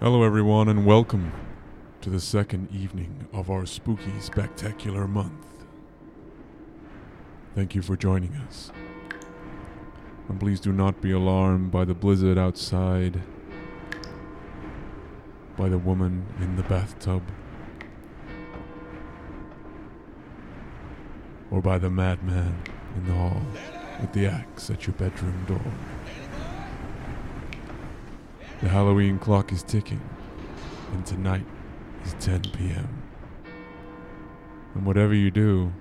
Hello, everyone, and welcome to the second evening of our spooky spectacular month. Thank you for joining us. And please do not be alarmed by the blizzard outside, by the woman in the bathtub, or by the madman in the hall with the axe at your bedroom door. The Halloween clock is ticking, and tonight is 10 p.m. And whatever you do,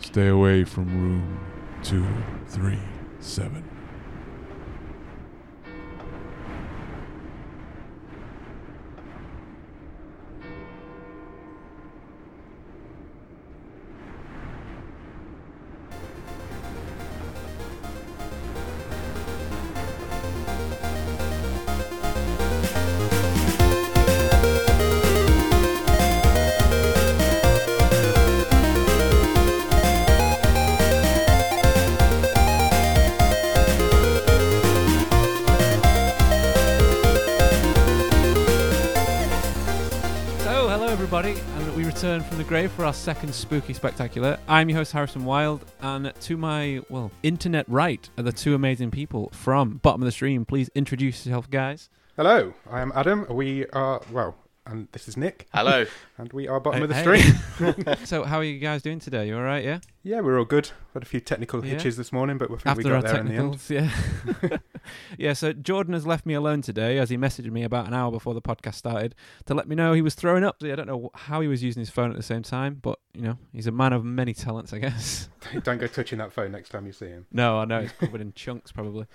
stay away from room 237. So, hello everybody, and we return from the grave for our second spooky spectacular. I'm your host Harrison Wilde, and to my well internet right are the two amazing people from Bottom of the Stream. Please introduce yourself, guys. Hello, I am Adam. We are well, and this is Nick, Hello. and we are bottom of the Hey, stream. So, how are you guys doing today? You all right? Yeah. Yeah, we're all good. Had a few technical Yeah. hitches this morning, but I think we After our got there in the end. technicals, yeah. yeah. So Jordan has left me alone today, as he messaged me about an hour before the podcast started to let me know he was throwing up. I don't know wh- how he was using his phone at the same time, but you know, he's a man of many talents, I guess. Don't go touching that phone next time you see him. No, I know it's covered in chunks probably.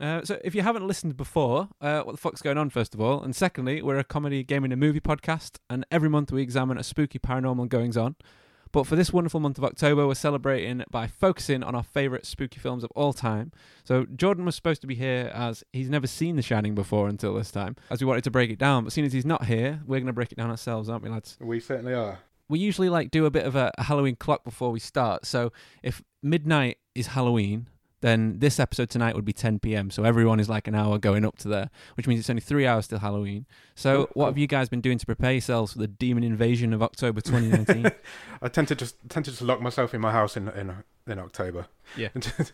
Uh, so if you haven't listened before, uh, what the fuck's going on? First of all, and secondly, we're a comedy, gaming, and movie podcast, and every month we examine a spooky paranormal goings on. But for this wonderful month of October, we're celebrating by focusing on our favourite spooky films of all time. So Jordan was supposed to be here as he's never seen The Shining before until this time, as we wanted to break it down. But seeing as he's not here, we're going to break it down ourselves, aren't we, lads? We certainly are. we usually like do a bit of a a Halloween clock before we start. So if midnight is Halloween, then this episode tonight would be 10 p.m. So everyone is like an hour going up to there, which means it's only three hours till Halloween. So Cool, what have cool. you guys been doing to prepare yourselves for the demon invasion of October 2019? I tend to just tend to just lock myself in my house in in, in October. Yeah. And just,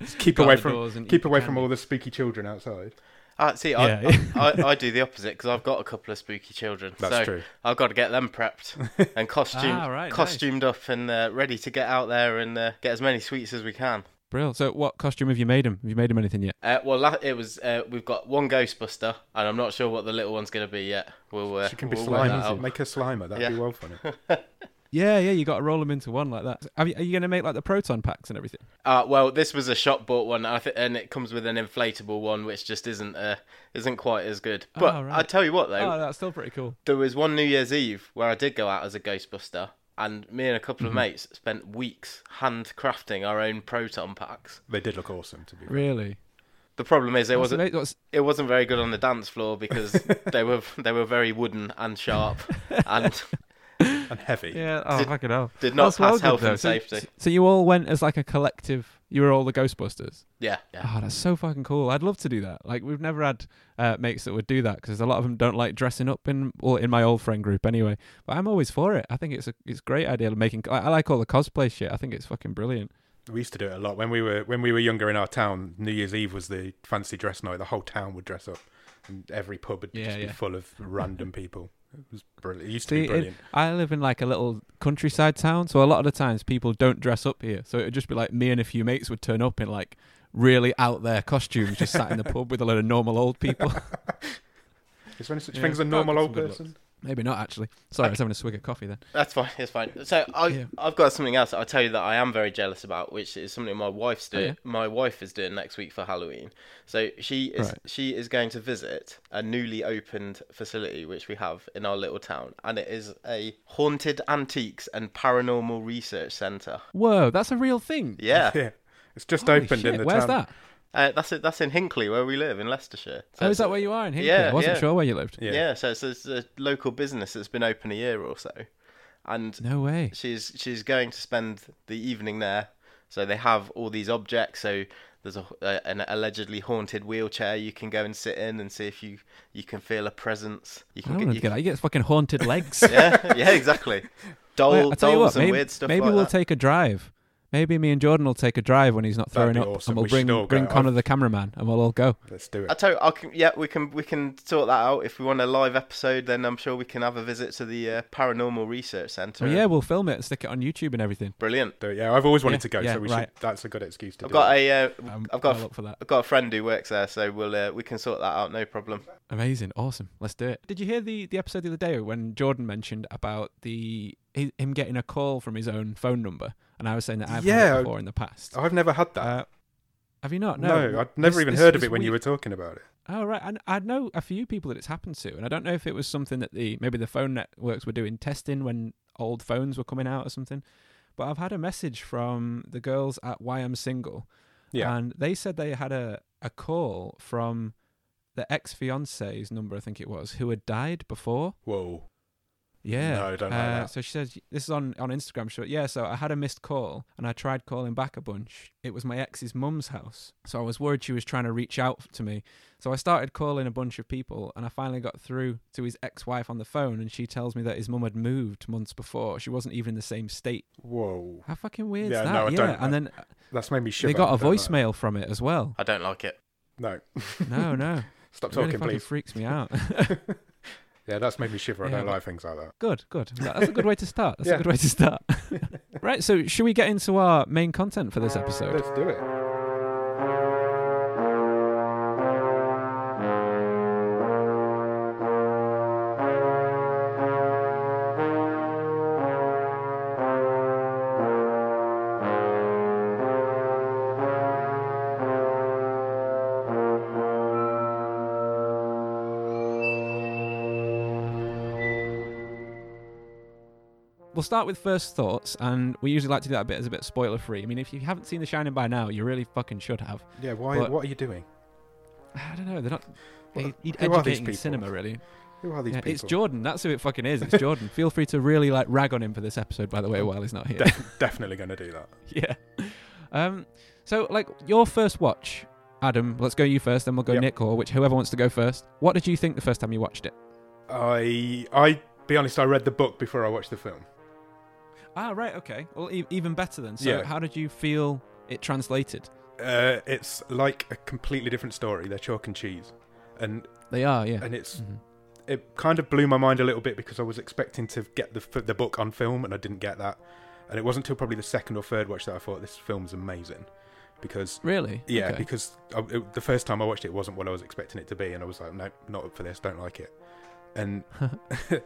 just keep away from keep away from all the spooky children outside. Uh, see, I, I, I, do the opposite because I've got a couple of spooky children. That's so true. I've got to get them prepped and costumed, Ah, right, nice. costumed up and uh, ready to get out there and uh, get as many sweets as we can. Brill. So what costume have you made him? Have you made him anything yet? Uh, well, la- it was uh, we've got one Ghostbuster, and I'm not sure what the little one's going to be yet. We'll uh, She can be we'll work that Slimer. out. Make her Slimer. That'd be Yeah. well funny. Yeah, yeah, you got to roll them into one like that. Have you, are you going to make like the proton packs and everything? Uh, well, this was a shop bought one, I th- and it comes with an inflatable one, which just isn't uh, isn't quite as good. But Ah, right. I tell you what, though, Oh, that's still pretty cool. there was one New Year's Eve where I did go out as a Ghostbuster, and me and a couple of Mm-hmm. mates spent weeks handcrafting our own proton packs. They did look awesome to be. fair. Really? The problem is it What's the wasn't ma- what's- it wasn't very good on the dance floor because they were they were very wooden and sharp, and And heavy. Yeah. Oh, Did- fucking hell. did not That's pass well good, health though. and So- safety. So, you all went as like a collective. You were all the Ghostbusters. yeah, yeah. Oh, that's so fucking cool. I'd love to do that. Like we've never had uh, mates that would do that because a lot of them don't like dressing up in or in my old friend group anyway. But I'm always for it. I think it's a it's a great idea of making. I, I like all the cosplay shit. I think it's fucking brilliant. We used to do it a lot when we were when we were younger in our town. New Year's Eve was the fancy dress night. The whole town would dress up, and every pub would Yeah, just yeah. be full of random people. It was brilliant. It used to See, be it- brilliant. I live in like a little countryside town, so a lot of the times people don't dress up here. So it'd just be like me and a few mates would turn up in like really out there costumes, just sat in the pub with a lot of normal old people. Is there any such yeah. thing as a Oh, normal some old good looks. person? Maybe not actually. Sorry, I was having a swig of coffee then. That's fine. It's fine. So I Yeah. I've got something else I'll tell you that I am very jealous about, which is something my wife's doing. yeah? My wife is doing next week for Halloween. So she is Right. she is going to visit a newly opened facility which we have in our little town, and it is a haunted antiques and paranormal research centre. Whoa, that's a real thing. Yeah, Yeah, it's just Holy opened in shit, the Where's town. that? uh, that's it. That's in Hinkley where we live in Leicestershire. So Oh, is it's- that where you are in Hinkley? Yeah, I wasn't yeah. sure where you lived. Yeah. Yeah. so it's, it's a local business that's been open a year or so, and No way. she's she's going to spend the evening there. So they have all these objects. So There's a, a an allegedly haunted wheelchair you can go and sit in and see if you you can feel a presence. You I can don't want you to get that. You get fucking haunted legs. yeah, yeah, exactly. Doll, Well, I tell you dolls what, and maybe, weird stuff maybe like we'll that. take a drive. Maybe me and Jordan will take a drive when he's not throwing That'd be up, awesome. and we'll We should bring all go. bring Connor I've- the cameraman, and we'll all go. Let's do I it. tell you, I can, yeah, we can we can sort that out. If we want a live episode, then I'm sure we can have a visit to the uh, Paranormal Research Centre. Well, yeah, we'll film it and stick it on YouTube and everything. brilliant. Do it. Yeah, I've always wanted Yeah, to go, yeah, so we right. should. That's a good excuse to I've do. got it. a uh, I'm, I've got a all f- up Um, for that. I've got a friend who works there, so we'll uh, we can sort that out. No problem. Amazing, awesome. Let's do it. Did you hear the the episode the other day when Jordan mentioned about the hi- him getting a call from his own phone number, and I was saying that I've had Yeah. it before in the past. Oh, I've never had that. Uh, have you not? no, No, I'd never This- even this heard of was it when you weird. were talking about it. Oh right, and I know a few people that it's happened to, and I don't know if it was something that the maybe the phone networks were doing testing when old phones were coming out or something. But I've had a message from the girls at Why I'm Single, Yeah. and they said they had a a call from the ex fiance's number, I think it was, who had died before. Whoa. Yeah. No, I don't like uh, that. So she says this is on on Instagram. She went, yeah. So I had a missed call and I tried calling back a bunch. It was my ex's mum's house, so I was worried she was trying to reach out to me. So I started calling a bunch of people and I finally got through to his ex-wife on the phone, and she tells me that his mum had moved months before. She wasn't even in the same state. Whoa. How fucking weird Yeah, is that? no, I yeah. don't and then That's made me shiver. they got a I don't like voicemail from it as well. I don't like it. that. No. No, no. Stop it really talking, fucking please. freaks me out. yeah, that's made me shiver. I Yeah, don't but- like things like that. Good, good. That- That's a good way to start. That's Yeah. a good way to start. right, so should we get into our main content for this episode? Let's do it. We'll start with first thoughts, and we usually like to do that bit as a bit spoiler free. I mean, if you haven't seen The Shining by now, you really fucking should have. Yeah, why? But- what are you doing? I don't know, they're not. They What- need who are these educating people? cinema, really. Who are these Yeah, people? it's Jordan. That's who it fucking is. It's Jordan. Feel free to really like rag on him for this episode, by the way, while he's not here. Definitely going to do that. yeah. Um. So, like your first watch, Adam. Let's go you first, then we'll go Yep. Nick or which whoever wants to go first. What did you think the first time you watched it? I, I be honest, I read the book before I watched the film. Ah, right, okay. Well, e- even better then. So, Yeah. how did you feel it translated? Uh, it's like a completely different story. They're chalk and cheese, and They are, yeah. and it's Mhm. it kind of blew my mind a little bit because I was expecting to get the f- the book on film and I didn't get that, and it wasn't until probably the second or third watch that I thought this film's amazing, because Really? yeah, Okay. because I, it, the first time I watched it wasn't what I was expecting it to be, and I was like, no, not up for this, don't like it, and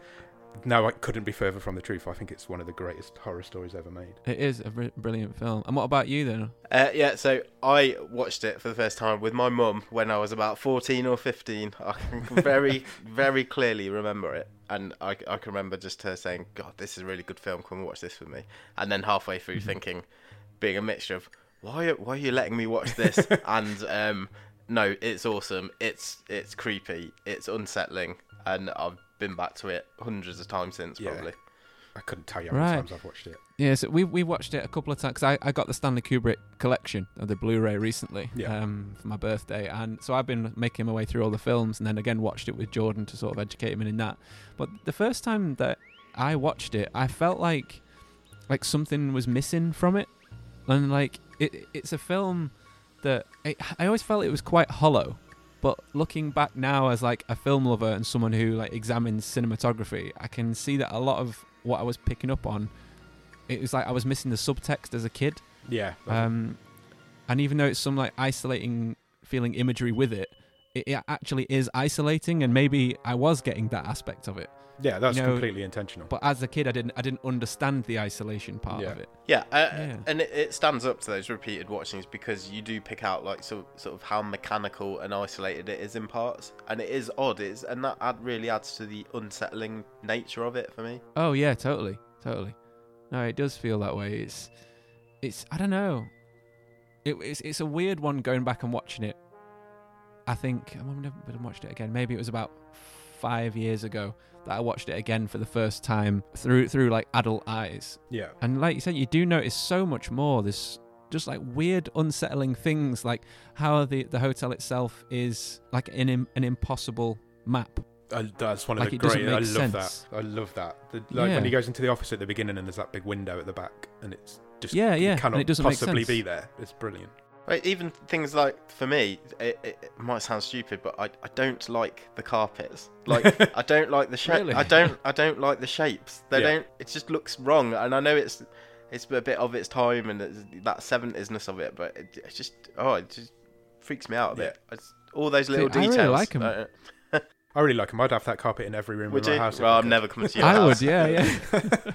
no, I couldn't be further from the truth. I think it's one of the greatest horror stories ever made. it is a br- brilliant film. And what about you then? Uh, yeah, so I watched it for the first time with my mum when I was about 14 or 15. I can very, very clearly remember it. And I, I can remember just her saying, God, this is a really good film. Come and watch this with me. And then halfway through thinking, being a mixture of, why, why are you letting me watch this? and um, no, it's awesome. It's, it's creepy. It's unsettling. And I've been back to it hundreds of times since, Yeah. probably. I couldn't tell you how many Right. times I've watched it. Yeah, so we we watched it a couple of times. 'cause I, I got the Stanley Kubrick collection of the Blu-ray recently Yeah. um, for my birthday, and so I've been making my way through all the films, and then again watched it with Jordan to sort of educate him in that. But the first time that I watched it, I felt like like something was missing from it, and like it it's a film that it, I always felt it was quite hollow. But looking back now as like a film lover and someone who like examines cinematography, I can see that a lot of what I was picking up on it was like I was missing the subtext as a kid. Yeah, that's- Um, and even though it's some like isolating feeling imagery with it, it, it actually is isolating, and maybe I was getting that aspect of it. yeah, that's you know, completely intentional. But as a kid, I didn't I didn't understand the isolation part Yeah. of it. Yeah, uh, Yeah. and it, it stands up to those repeated watchings because you do pick out like so, sort of how mechanical and isolated it is in parts, and it is odd. It's and that ad really adds to the unsettling nature of it for me. Oh yeah, totally, totally. No, it does feel that way. It's, it's I don't know. It, it's it's a weird one going back and watching it. I think I remember when I watched it again. Maybe it was about five years ago that I watched it again for the first time through through like adult eyes. yeah, And like you said, you do notice so much more. There's just like weird, unsettling things, like how the the hotel itself is like an im- an impossible map. I, that's one of Like, the it doesn't great. I love make sense. that. I love that. The, like Yeah. when he goes into the office at the beginning and there's that big window at the back and it's just Yeah, you yeah, and cannot it doesn't make possibly sense. be there. It's brilliant. Right, even things like for me, it, it it might sound stupid, but I, I don't like the carpets. Like I don't like the shape. Really? I don't I don't like the shapes. They Yeah. don't. It just looks wrong. And I know it's it's a bit of its time and it's that seventies-ness of it, but it, it's just oh, it just freaks me out a bit. It's, all those little I really details. like 'em. uh, I really like him. I'd have that carpet in every room Would in you? my house. if Well, I I'm could. never coming to your I house. would, yeah, yeah.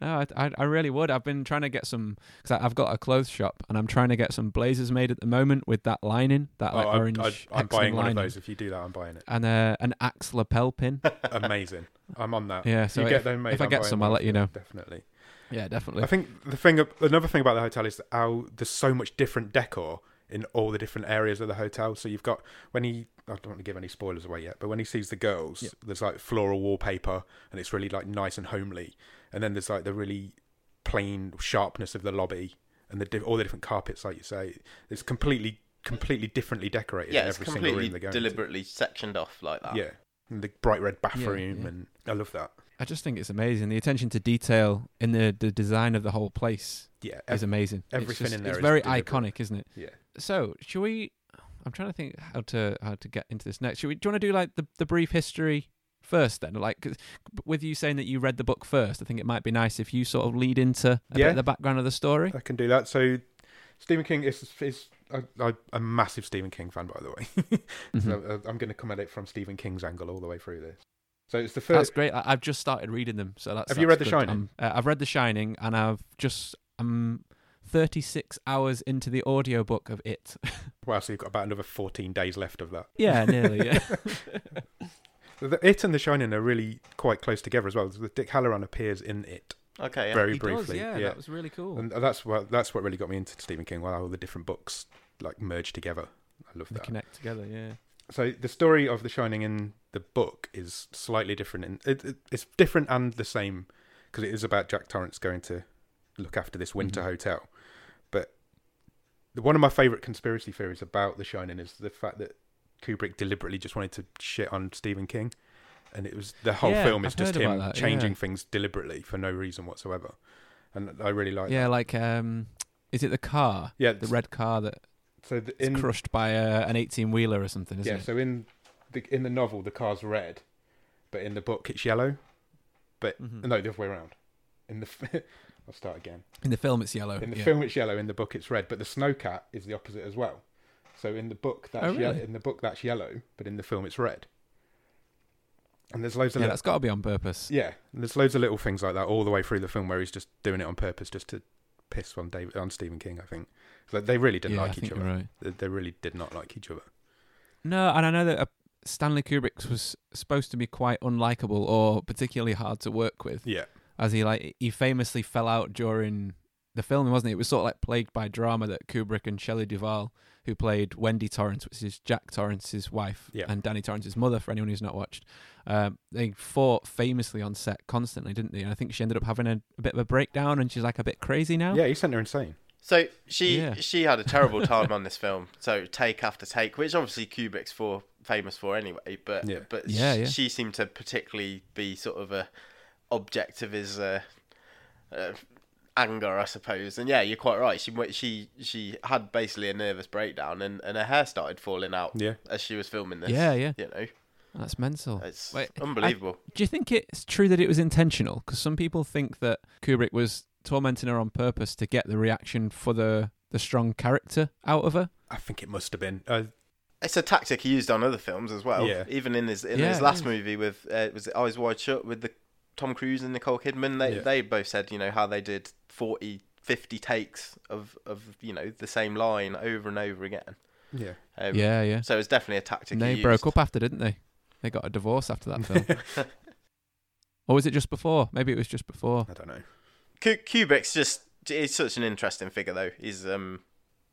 no, I, I, I really would. I've been trying to get some because I've got a clothes shop and I'm trying to get some blazers made at the moment with that lining, that Oh, like I- orange. I, I'm hexagon buying one of lining. those. If you do that, I'm buying it. And uh, an axe lapel pin. Amazing. I'm on that. Yeah, If so you if- get them made, if I I'm get buying some, I'll one, let you know. Definitely. yeah, I definitely. think the thing, another thing about the hotel is how there's so much different decor in all the different areas of the hotel. So you've got when he, I don't want to give any spoilers away yet, but when he sees the girls, Yeah. there's like floral wallpaper, and it's really like nice and homely. And then there's like the really plain sharpness of the lobby and the di- all the different carpets, like you say, it's completely, completely differently decorated. Yeah, in it's every single completely room they go into. deliberately sectioned off like that. Yeah, and the bright red bathroom, yeah. and I love that. I just think it's amazing. The attention to detail in the, the design of the whole place Yeah, is amazing. It's everything just- in there It's is very deliberate. iconic, isn't it? yeah. So, should we? I'm trying to think how to how to get into this next. Should we? Do you want to do like the, the brief history first, then? Like 'cause with you saying that you read the book first, I think it might be nice if you sort of lead into a bit Yeah. Uh, of the background of the story. I can do that. So Stephen King is is I, I, a massive Stephen King fan, by the way. Mhm. so uh, I'm going to come at it from Stephen King's angle all the way through this. So it's the That's first. great. I, I've just started reading them, so that's. Have you that's read The good. Shining? Um, uh, I've read The Shining, and I've just I'm 36 hours into the audiobook of it. Well, so you've got about another 14 days left of that. yeah, nearly. Yeah. The, it and The Shining are really quite close together as well. The Dick Halloran appears in it Okay. Yeah. very He does, briefly. yeah, that was really cool. and that's what that's what really got me into Stephen King. Well, all the different books like merge together. I love they that. connect together. Yeah. so the story of the shining in the book is slightly different and it, it, it's different and the same because it is about jack torrance going to look after this winter Mhm. hotel but the, one of my favorite conspiracy theories about the shining is the fact that kubrick deliberately just wanted to shit on stephen king and it was the whole Yeah, film is I've just heard about him that, yeah. changing things deliberately for no reason whatsoever and i really like yeah, like um, is it the car? that. yeah The red car that so the, It's in crushed by uh, an 18 wheeler or something, isn't yeah, it? so in the in the novel the car's red, but in the book it's yellow. But Mhm. no, the other way around. In the f- I'll start again. In the film, it's yellow. In the Oh, yeah. film it's yellow, in the book it's red, but the snowcat is the opposite as well. So in the book that's Oh, ye- really? in the book that's yellow, but in the film it's red. And there's loads of yeah, li- that's got to be on purpose. yeah, and there's loads of little things like that all the way through the film where he's just doing it on purpose just to piss on David on Stephen King, I think. Like they really didn't Yeah, I like think each you're other. right. They, they really did not like each other. No, and I know that uh, Stanley Kubrick was supposed to be quite unlikable or particularly hard to work with, Yeah. as he like he famously fell out during the film, wasn't he? It was sort of like plagued by drama that Kubrick and Shelley Duvall, who played Wendy Torrance, which is Jack Torrance's wife Yeah. and Danny Torrance's mother, for anyone who's not watched, um, they fought famously on set constantly, didn't they? And I think she ended up having a, a bit of a breakdown, and she's like a bit crazy now. Yeah, he sent her insane. So she Yeah. she had a terrible time on this film. So take after take, which obviously Kubrick's for famous for anyway. But Yeah. but Yeah, sh- yeah. she seemed to particularly be sort of a object of his uh, uh, anger, I suppose. And yeah, you're quite right. She went- she she had basically a nervous breakdown, and, and her hair started falling out Yeah. as she was filming this. Yeah, yeah. You know, That's mental. Uh, it's Wait, I- unbelievable. Do you think it's true that it was intentional? Because some people think that Kubrick was tormenting her on purpose to get the reaction for the the strong character out of her. I think it must have been. Uh, It's a tactic he used on other films as well. Yeah. Even in his in Yeah, his it last is. movie with uh, was it Eyes Wide Shut with the Tom Cruise and Nicole Kidman, they Yeah. they both said you know how they did 40, 50 takes of of you know the same line over and over again. yeah. Um, yeah, yeah. So it's definitely a tactic. And he they used. broke up after, didn't they? They got a divorce after that film, or was it just before? Maybe it was just before. I don't know. Ku- Kubrick's just he's such an interesting figure though. He's um,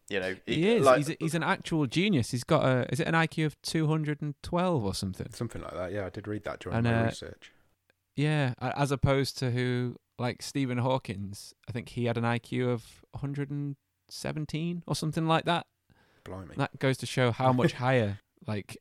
you know, He is. like- he's, a- he's an actual genius. He's got a. Is it an IQ of two hundred and twelve or something? Something like that. Yeah, I did read that during And, my uh, research. Yeah, a- as opposed to who like Stephen Hawkins. I think he had an IQ of one hundred and 17 or something like that. Blimey. That goes to show how much higher, like,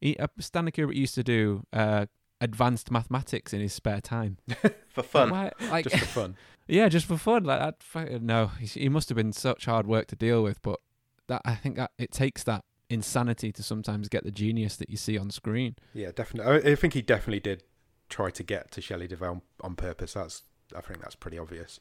he, uh, Stanley Kubrick used to do uh, advanced mathematics in his spare time. for fun. Why- like, Just for fun. yeah, just for fun. Like that. fucking- No, he he must have been such hard work to deal with. But that I think that it takes that insanity to sometimes get the genius that you see on screen. Yeah, definitely. I, I think he definitely did try to get to Shelley Duvall on, on purpose. That's I think that's pretty obvious.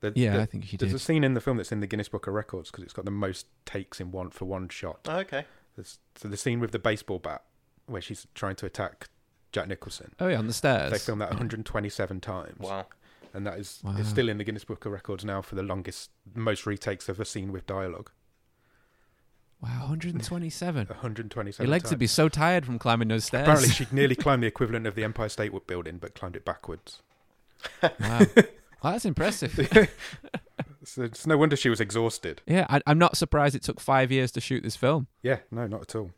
The- Yeah, the- I think he there's a did. scene in the film that's in the Guinness Book of Records because it's got the most takes in one for one shot. Oh, okay. There's, so the scene with the baseball bat where she's trying to attack Jack Nicholson. Oh yeah, on the stairs. They filmed that 127 times, Wow. and that is Wow. it's still in the Guinness Book of Records now for the longest, most retakes of a scene with dialogue. Wow, 127. 127. Your legs times. would be so tired from climbing those stairs. Apparently, she nearly climbed the equivalent of the Empire State Building, but climbed it backwards. wow. Well, that's impressive. So it's no wonder she was exhausted. Yeah, I, I'm not surprised it took five years to shoot this film. Yeah, no, not at all.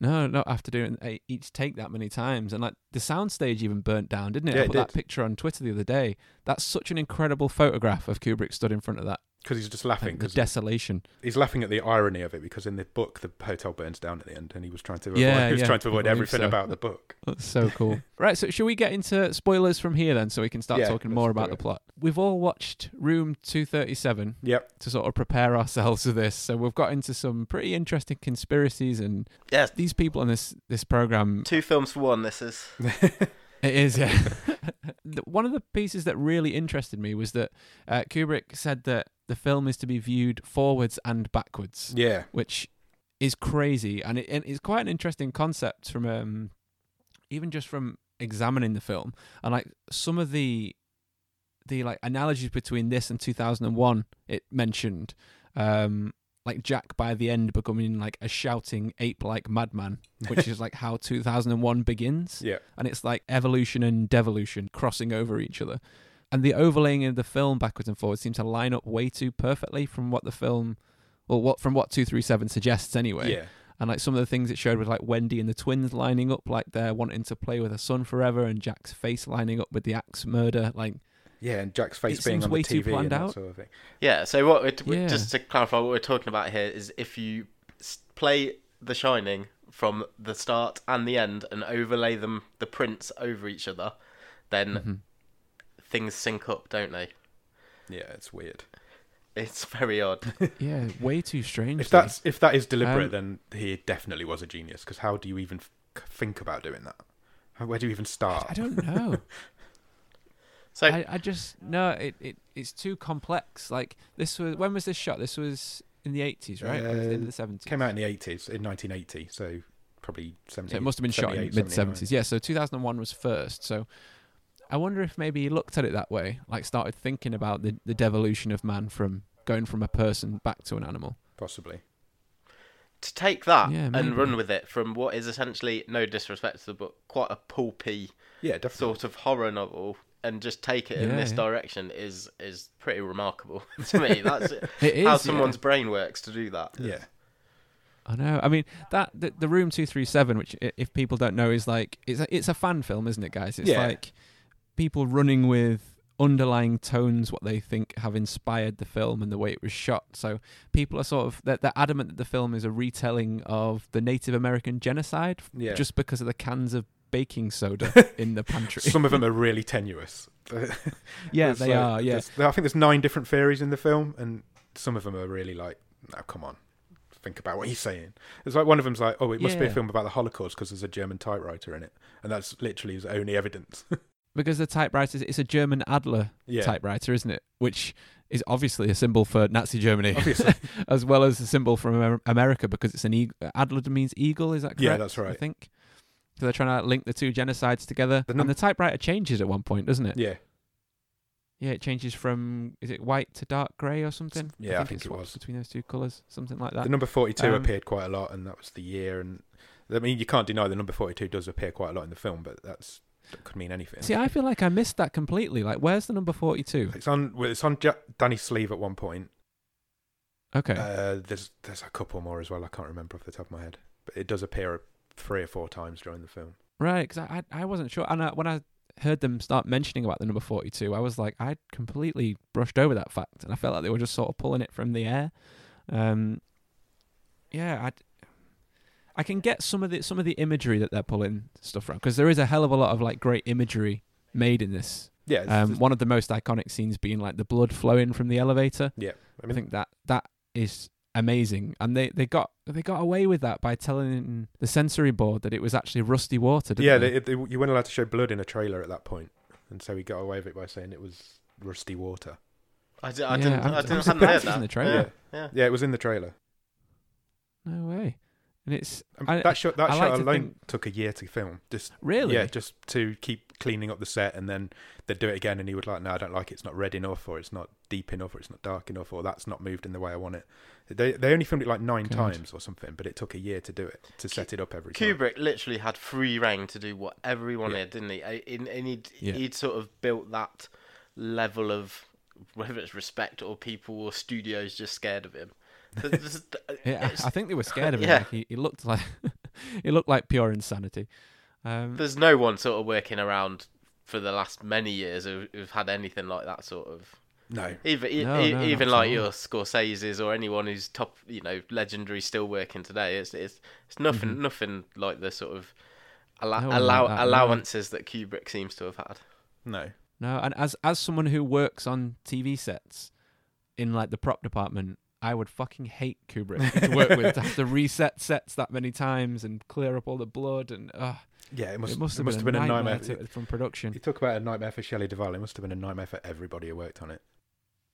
No, not after doing uh, each take that many times, and like the soundstage even burnt down, didn't it? Yeah, I it put that did. picture on Twitter the other day. That's such an incredible photograph of Kubrick stood in front of that, Because he's just and laughing. the Because desolation. he's laughing at the irony of it. Because in the book, the hotel burns down at the end, and he was trying to avoid, Yeah, he was yeah, trying to I avoid believe everything so. about the book. That's so cool. right, so shall we get into spoilers from here then, so we can start Yeah, talking let's more do about it. the plot? We've all watched Room 237 Yep. to sort of prepare ourselves for this, so we've got into some pretty interesting conspiracies, and Yes. these people on this this program Two films for one. This is. It is, yeah. The- One of the pieces that really interested me was that uh, Kubrick said that the film is to be viewed forwards and backwards, Yeah. which is crazy, and, it, and it's quite an interesting concept from um, even just from examining the film and like some of the the like analogies between this and 2001 it mentioned um like jack by the end becoming like a shouting ape like madman which is like how 2001 begins Yeah. and it's like evolution and devolution crossing over each other. And the overlaying of the film backwards and forwards seems to line up way too perfectly from what the film, or what from what two three seven suggests anyway. Yeah. And like some of the things it showed was like Wendy and the twins lining up, like they're wanting to play with her son forever, and Jack's face lining up with the axe murder. Like Yeah. And Jack's face It being seems on way the too TV and planned that out. sort of thing. Yeah. So what? It, Yeah. Just to clarify, what we're talking about here is if you s- play The Shining from the start and the end and overlay them the prints over each other, then Mm-hmm. things sync up, don't they? Yeah, it's weird. It's very odd. mm-hmm. yeah, way too strange. If that's if that is deliberate, Um, then he definitely was a genius. Because how do you even f- think about doing that? How, where do you even start? I don't know. So I, I just no, it, it it's too complex. Like this was when was this shot? This was in the eighties, right? Or was it in Uh, the seventies. Came out in the eighties, in 1980, so probably 70. So it must have been shot in 78, mid 79. seventies. Yeah, so two thousand and one was first. So I wonder if maybe he looked at it that way, like started thinking about the, the devolution of man from going from a person back to an animal. Possibly. to take that Yeah, maybe. and run with it from what is essentially no disrespect to the book, quite a pulpy Yeah, definitely. sort of horror novel, and just take it in Yeah, this yeah. direction is is pretty remarkable to me. That's It is how yeah. someone's brain works to do that. yeah. I know. I mean that the, the room two three seven, which i- if people don't know is like it's a, it's a fan film, isn't it, guys? It's Yeah. like people running with underlying tones what they think have inspired the film and the way it was shot. So people are sort of they're, they're adamant that the film is a retelling of the Native American genocide Yeah. just because of the cans of baking soda in the pantry. Some of them are really tenuous. yeah, There's, they like, are. Yeah, there's- I think there's nine different theories in the film, and some of them are really like, no, come on, think about what he's saying. It's like one of them's like, oh, it must be a Yeah. film about the Holocaust because there's a German typewriter in it, and that's literally his only evidence. because the typewriter it's a German Adler yeah, typewriter, isn't it? Which is obviously a symbol for Nazi Germany. obviously. as well as a symbol from Amer- America because it's an eagle. Adler means eagle, is that correct? Yeah, that's I right. think. So they're trying to link the two genocides together. The num- and the typewriter changes at one point, doesn't it? Yeah, Yeah, it changes from, is it white to dark grey or something? Yeah, I it think it swaps was. Between those two colours, something like the that. number forty-two Um, appeared quite a lot, and that was the year. And I mean, you can't deny the number forty-two does appear quite a lot in the film, but that's that could mean anything. See, I feel like I missed that completely. Like, where's the number 42? it's on. well, It's on ja- Danny's sleeve at one point. Okay. Uh, there's there's a couple more as well. I can't remember off the top of my head, but it does appear three or four times during the film. Right, because I, I I wasn't sure, and I, when I heard them start mentioning about the number 42, I was like, I completely brushed over that fact, and I felt like they were just sort of pulling it from the air. Um, yeah, I, I can get some of the some of the imagery that they're pulling stuff from because there is a hell of a lot of like great imagery made in this. Yeah, it's- Um, it's- one of the most iconic scenes being like the blood flowing from the elevator. I I mean, think that that is amazing, and they, they got they got away with that by telling the sensory board that it was actually rusty water. Didn't yeah, they? they, they, you weren't allowed to show blood in a trailer at that point, and so he got away with it by saying it was rusty water. I, d- I Yeah, didn't. I'm- I, I'm didn't. hadn't surprised heard it was in the that. trailer. Yeah, Yeah. yeah. Yeah, it was in the trailer. no way, and it's And I- that shot, that I shot like to alone think- took a year to film. Just Oh, really yeah, just to keep cleaning up the set, and then they'd do it again, and he would like, no, I don't like it. It's not red enough, or it's not deep enough, or it's not dark enough, or that's not moved in the way I want it. They they only filmed it like nine God. times or something, but it took a year to do it to set it up every time. Kubrick literally had free reign to do whatever he wanted, didn't he? I- And, and he'd, Yeah. he'd sort of built that level of whether it's respect or people or studios just scared of him. Th- this- th- Yeah, it's- I- I think they were scared of him. Yeah. Like he, he looked like he looked like pure insanity. Um, there's no one sort of working around for the last many years who, who've had anything like that sort of No, even e- No, e- no, even like absolutely. your Scorsese's or anyone who's top, you know, legendary still working today. It's it's it's nothing nothing like the sort of alla- Mm-hmm. No one like allow- that, no. allowances that Kubrick seems to have had. no. no, and as as someone who works on TV sets in like the prop department, I would fucking hate Kubrick to work with to have to reset sets that many times and clear up all the blood and uh, Yeah, it must, it must have been, a nightmare, to- from production. You talk about a nightmare for Shelley Duvall. It must have been a nightmare for everybody who worked on it.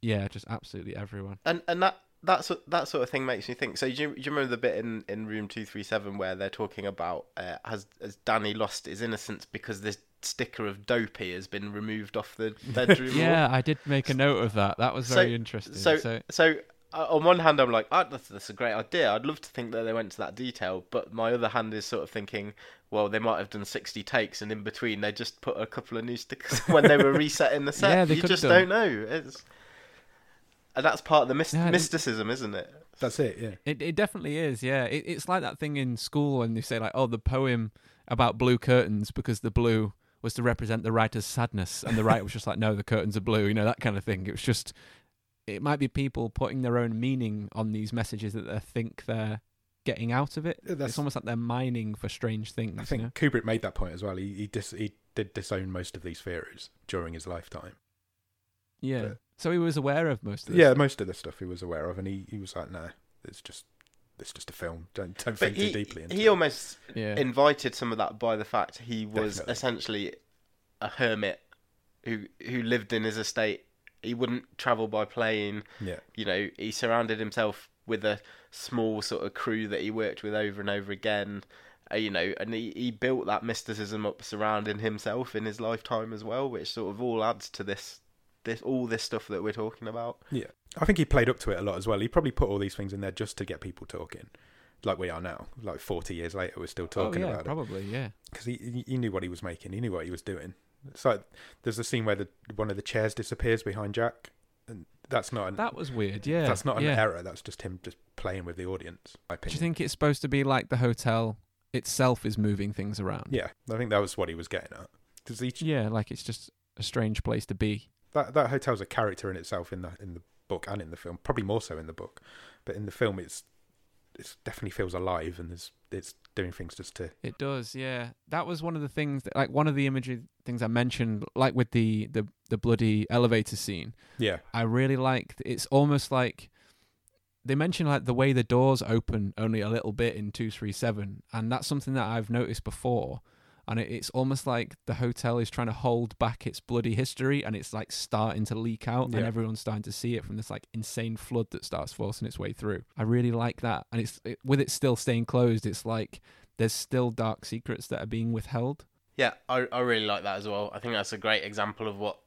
Yeah, just absolutely everyone. And and that that sort that sort of thing makes me think. So do you, do you remember the bit in, in room two three seven where they're talking about uh, has has Danny lost his innocence because this sticker of dopey has been removed off the bedroom wall? Yeah, I did make a note of that. That was So- very interesting. so So, so uh, on one hand i'm like oh, that's, that's a great idea i'd love to think that they went to that detail but my other hand is sort of thinking well they might have done 60 takes and in between they just put a couple of new stickers when they were resetting the set Yeah, they you could have just done. don't know it's and that's part of the myst- Yeah, I didn't- mysticism isn't it That's it. Yeah. it it definitely is. Yeah, it, it's like that thing in school when they say like, oh, the poem about blue curtains because the blue was to represent the writer's sadness, and the writer was just like, no, the curtains are blue. You know that kind of thing. It was just. It might be people putting their own meaning on these messages that they think they're getting out of it. Yeah, that's- it's almost like they're mining for strange things. I think you know? Kubrick made that point as well. He he, dis, he did disown most of these theories during his lifetime. Yeah. but- So he was aware of most of this. Yeah, most of the stuff he was aware of, and he, he was like, "No, it's just it's just a film. Don't don't but think he, too deeply." Into he it. almost Yeah. invited some of that by the fact he was Definitely. essentially a hermit who who lived in his estate he wouldn't travel by plane yeah, you know, he surrounded himself with a small sort of crew that he worked with over and over again. Uh, you know, and he, he built that mysticism up surrounding himself in his lifetime as well, which sort of all adds to this, this all this stuff that we're talking about. yeah. I think he played up to it a lot as well. He probably put all these things in there just to get people talking, like we are now. Like forty years later, we're still Oh, talking yeah, about it. probably. Yeah. because he he knew what he was making. He knew what he was doing. It's like there's a scene where the one of the chairs disappears behind Jack, and that's not an, That was weird. Yeah. that's not an yeah. error. That's just him just playing with the audience. I Do you opinion. think it's supposed to be like the hotel itself is moving things around? Yeah, I think that was what he was getting at. Because each Yeah, like it's just a strange place to be. that that hotel's a character in itself in the in the book and in the film, probably more so in the book, but in the film it's it definitely feels alive and there's it's doing things just to It does, yeah. That was one of the things that like one of the imagery things I mentioned, like with the the, the bloody elevator scene. yeah I really liked it's almost like they mention like the way the doors open only a little bit in 237 and that's something that I've noticed before and it, it's almost like the hotel is trying to hold back its bloody history and it's like starting to leak out Yeah. and everyone's starting to see it from this like insane flood that starts forcing its way through i really like that and it's it, with it still staying closed it's like there's still dark secrets that are being withheld Yeah, I, I really like that as well. I think that's a great example of what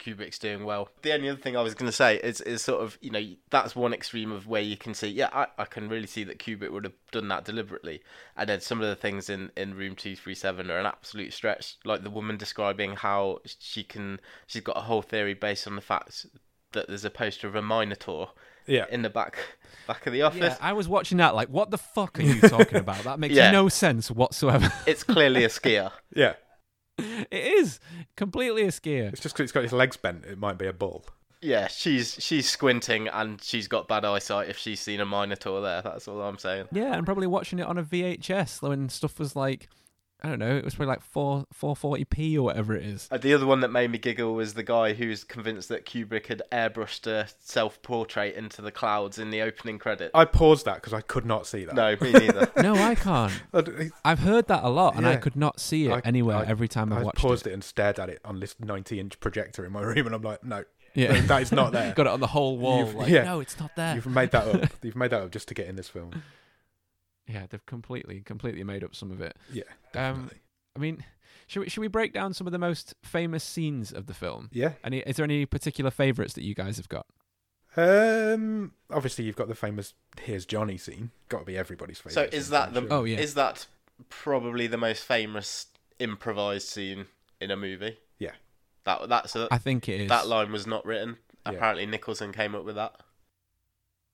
Kubrick's doing well. The only other thing I was going to say is, is sort of, you know, that's one extreme of where you can see, yeah, I, I can really see that Kubrick would have done that deliberately. And then some of the things in, in room 237 are an absolute stretch. Like the woman describing how she can, she's got a whole theory based on the fact that there's a poster of a Minotaur yeah in the back back of the office. yeah i was watching that like what the fuck are you talking about that makes Yeah. no sense whatsoever It's clearly a skier. yeah it is completely a skier. It's just 'cause it's got its legs bent. It might be a bull. Yeah, she's she's squinting and she's got bad eyesight if she's seen a minotaur there. That's all I'm saying. Yeah, and probably watching it on a VHS when stuff was like, I don't know, it was probably like four four forty p or whatever it is. Uh, The other one that made me giggle was the guy who was convinced that Kubrick had airbrushed a self-portrait into the clouds in the opening credits. I paused that because I could not see that. No, me neither. No, I can't. I d- I've heard that a lot, and I Yeah. could not see it I- anywhere I- every time I, I watched paused it. and stared at it on this 90 inch projector in my room, and I'm like, no, it. Yeah, that is not there. got it on the whole wall. You've- like, yeah. no, it's not there. You've made that up. You've made that up just to get in this film. Yeah, they've completely, completely made up some of it. Yeah, Um, definitely. I mean, should we, should we break down some of the most famous scenes of the film? yeah. Any, is there any particular favourites that you guys have got? Um, obviously you've got the famous "Here's Johnny" scene. Got to be everybody's favorite. So is that the Oh, yeah. is that probably the most famous improvised scene in a movie? Yeah. That that's a, I think it is. that line was not written. Yeah. Apparently Nicholson came up with that.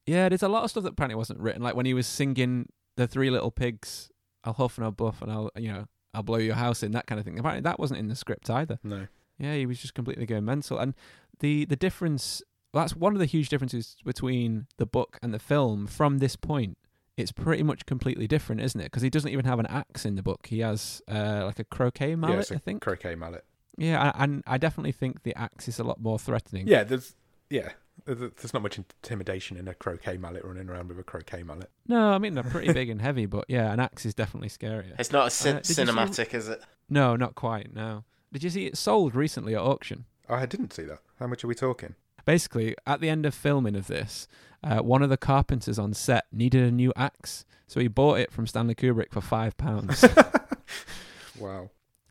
yeah, there's a lot of stuff that apparently wasn't written. Like when he was singing the Three Little Pigs, "I'll huff and I'll bluff and I'll you know I'll blow your house in," that kind of thing. Apparently that wasn't in the script either. no? Yeah, he was just completely going mental. And the the difference that's one of the huge differences between the book and the film from this point. It's pretty much completely different, isn't it? Because he doesn't even have an axe in the book. He has uh, like a croquet yeah, mallet, it's a I think. croquet mallet. yeah, and- and I definitely think the axe is a lot more threatening. Yeah, there's yeah, there- there's not much intimidation in a croquet mallet running around with a croquet mallet. No, I mean they're pretty big and heavy, but yeah, an axe is definitely scarier. It's not as cin- Uh, did you see- cinematic, is it? No, not quite. No. Did you see it sold recently at auction? Oh, I didn't see that. How much are we talking? Basically, at the end of filming of this, uh, one of the carpenters on set needed a new axe, so he bought it from Stanley Kubrick for five pounds. Wow.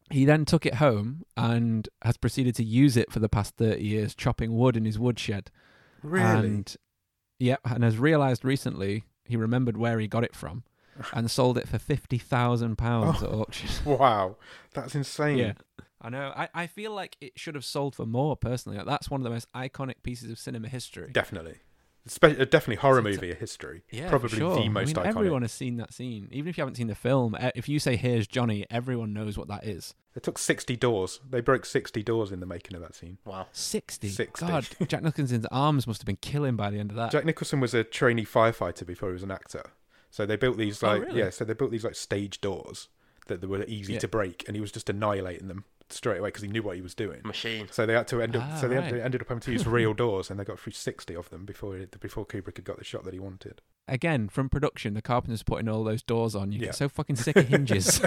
he then took it home and has proceeded to use it for the past thirty years, chopping wood in his woodshed. And yeah, and has realised recently he remembered where he got it from, and sold it for fifty thousand pounds at auction. wow, that's insane. Yeah. I know. I, I feel like it should have sold for more personally. Like, that's one of the most iconic pieces of cinema history. Definitely. Spe- uh, definitely horror It's a- movie history. Yeah, for Probably sure. the most I mean, iconic. Everyone has seen that scene, even if you haven't seen the film. eh, If you say "Here's Johnny," everyone knows what that is. It took 60 doors. They broke 60 doors in the making of that scene. Wow. Sixty. 60. God, Jack Nicholson's arms must have been killing by the end of that. Jack Nicholson was a trainee firefighter before he was an actor. So they built these Oh, like really? yeah, so they built these like stage doors that they were easy Yeah. to break and he was just annihilating them straight away because he knew what he was doing. Machine. So they had to end up Ah, so they, had- right. they ended up having to use real doors and they got through 60 of them before it, before Kubrick had got the shot that he wanted. Again, from production, the carpenter's putting all those doors on. You Yeah. get so fucking sick of hinges.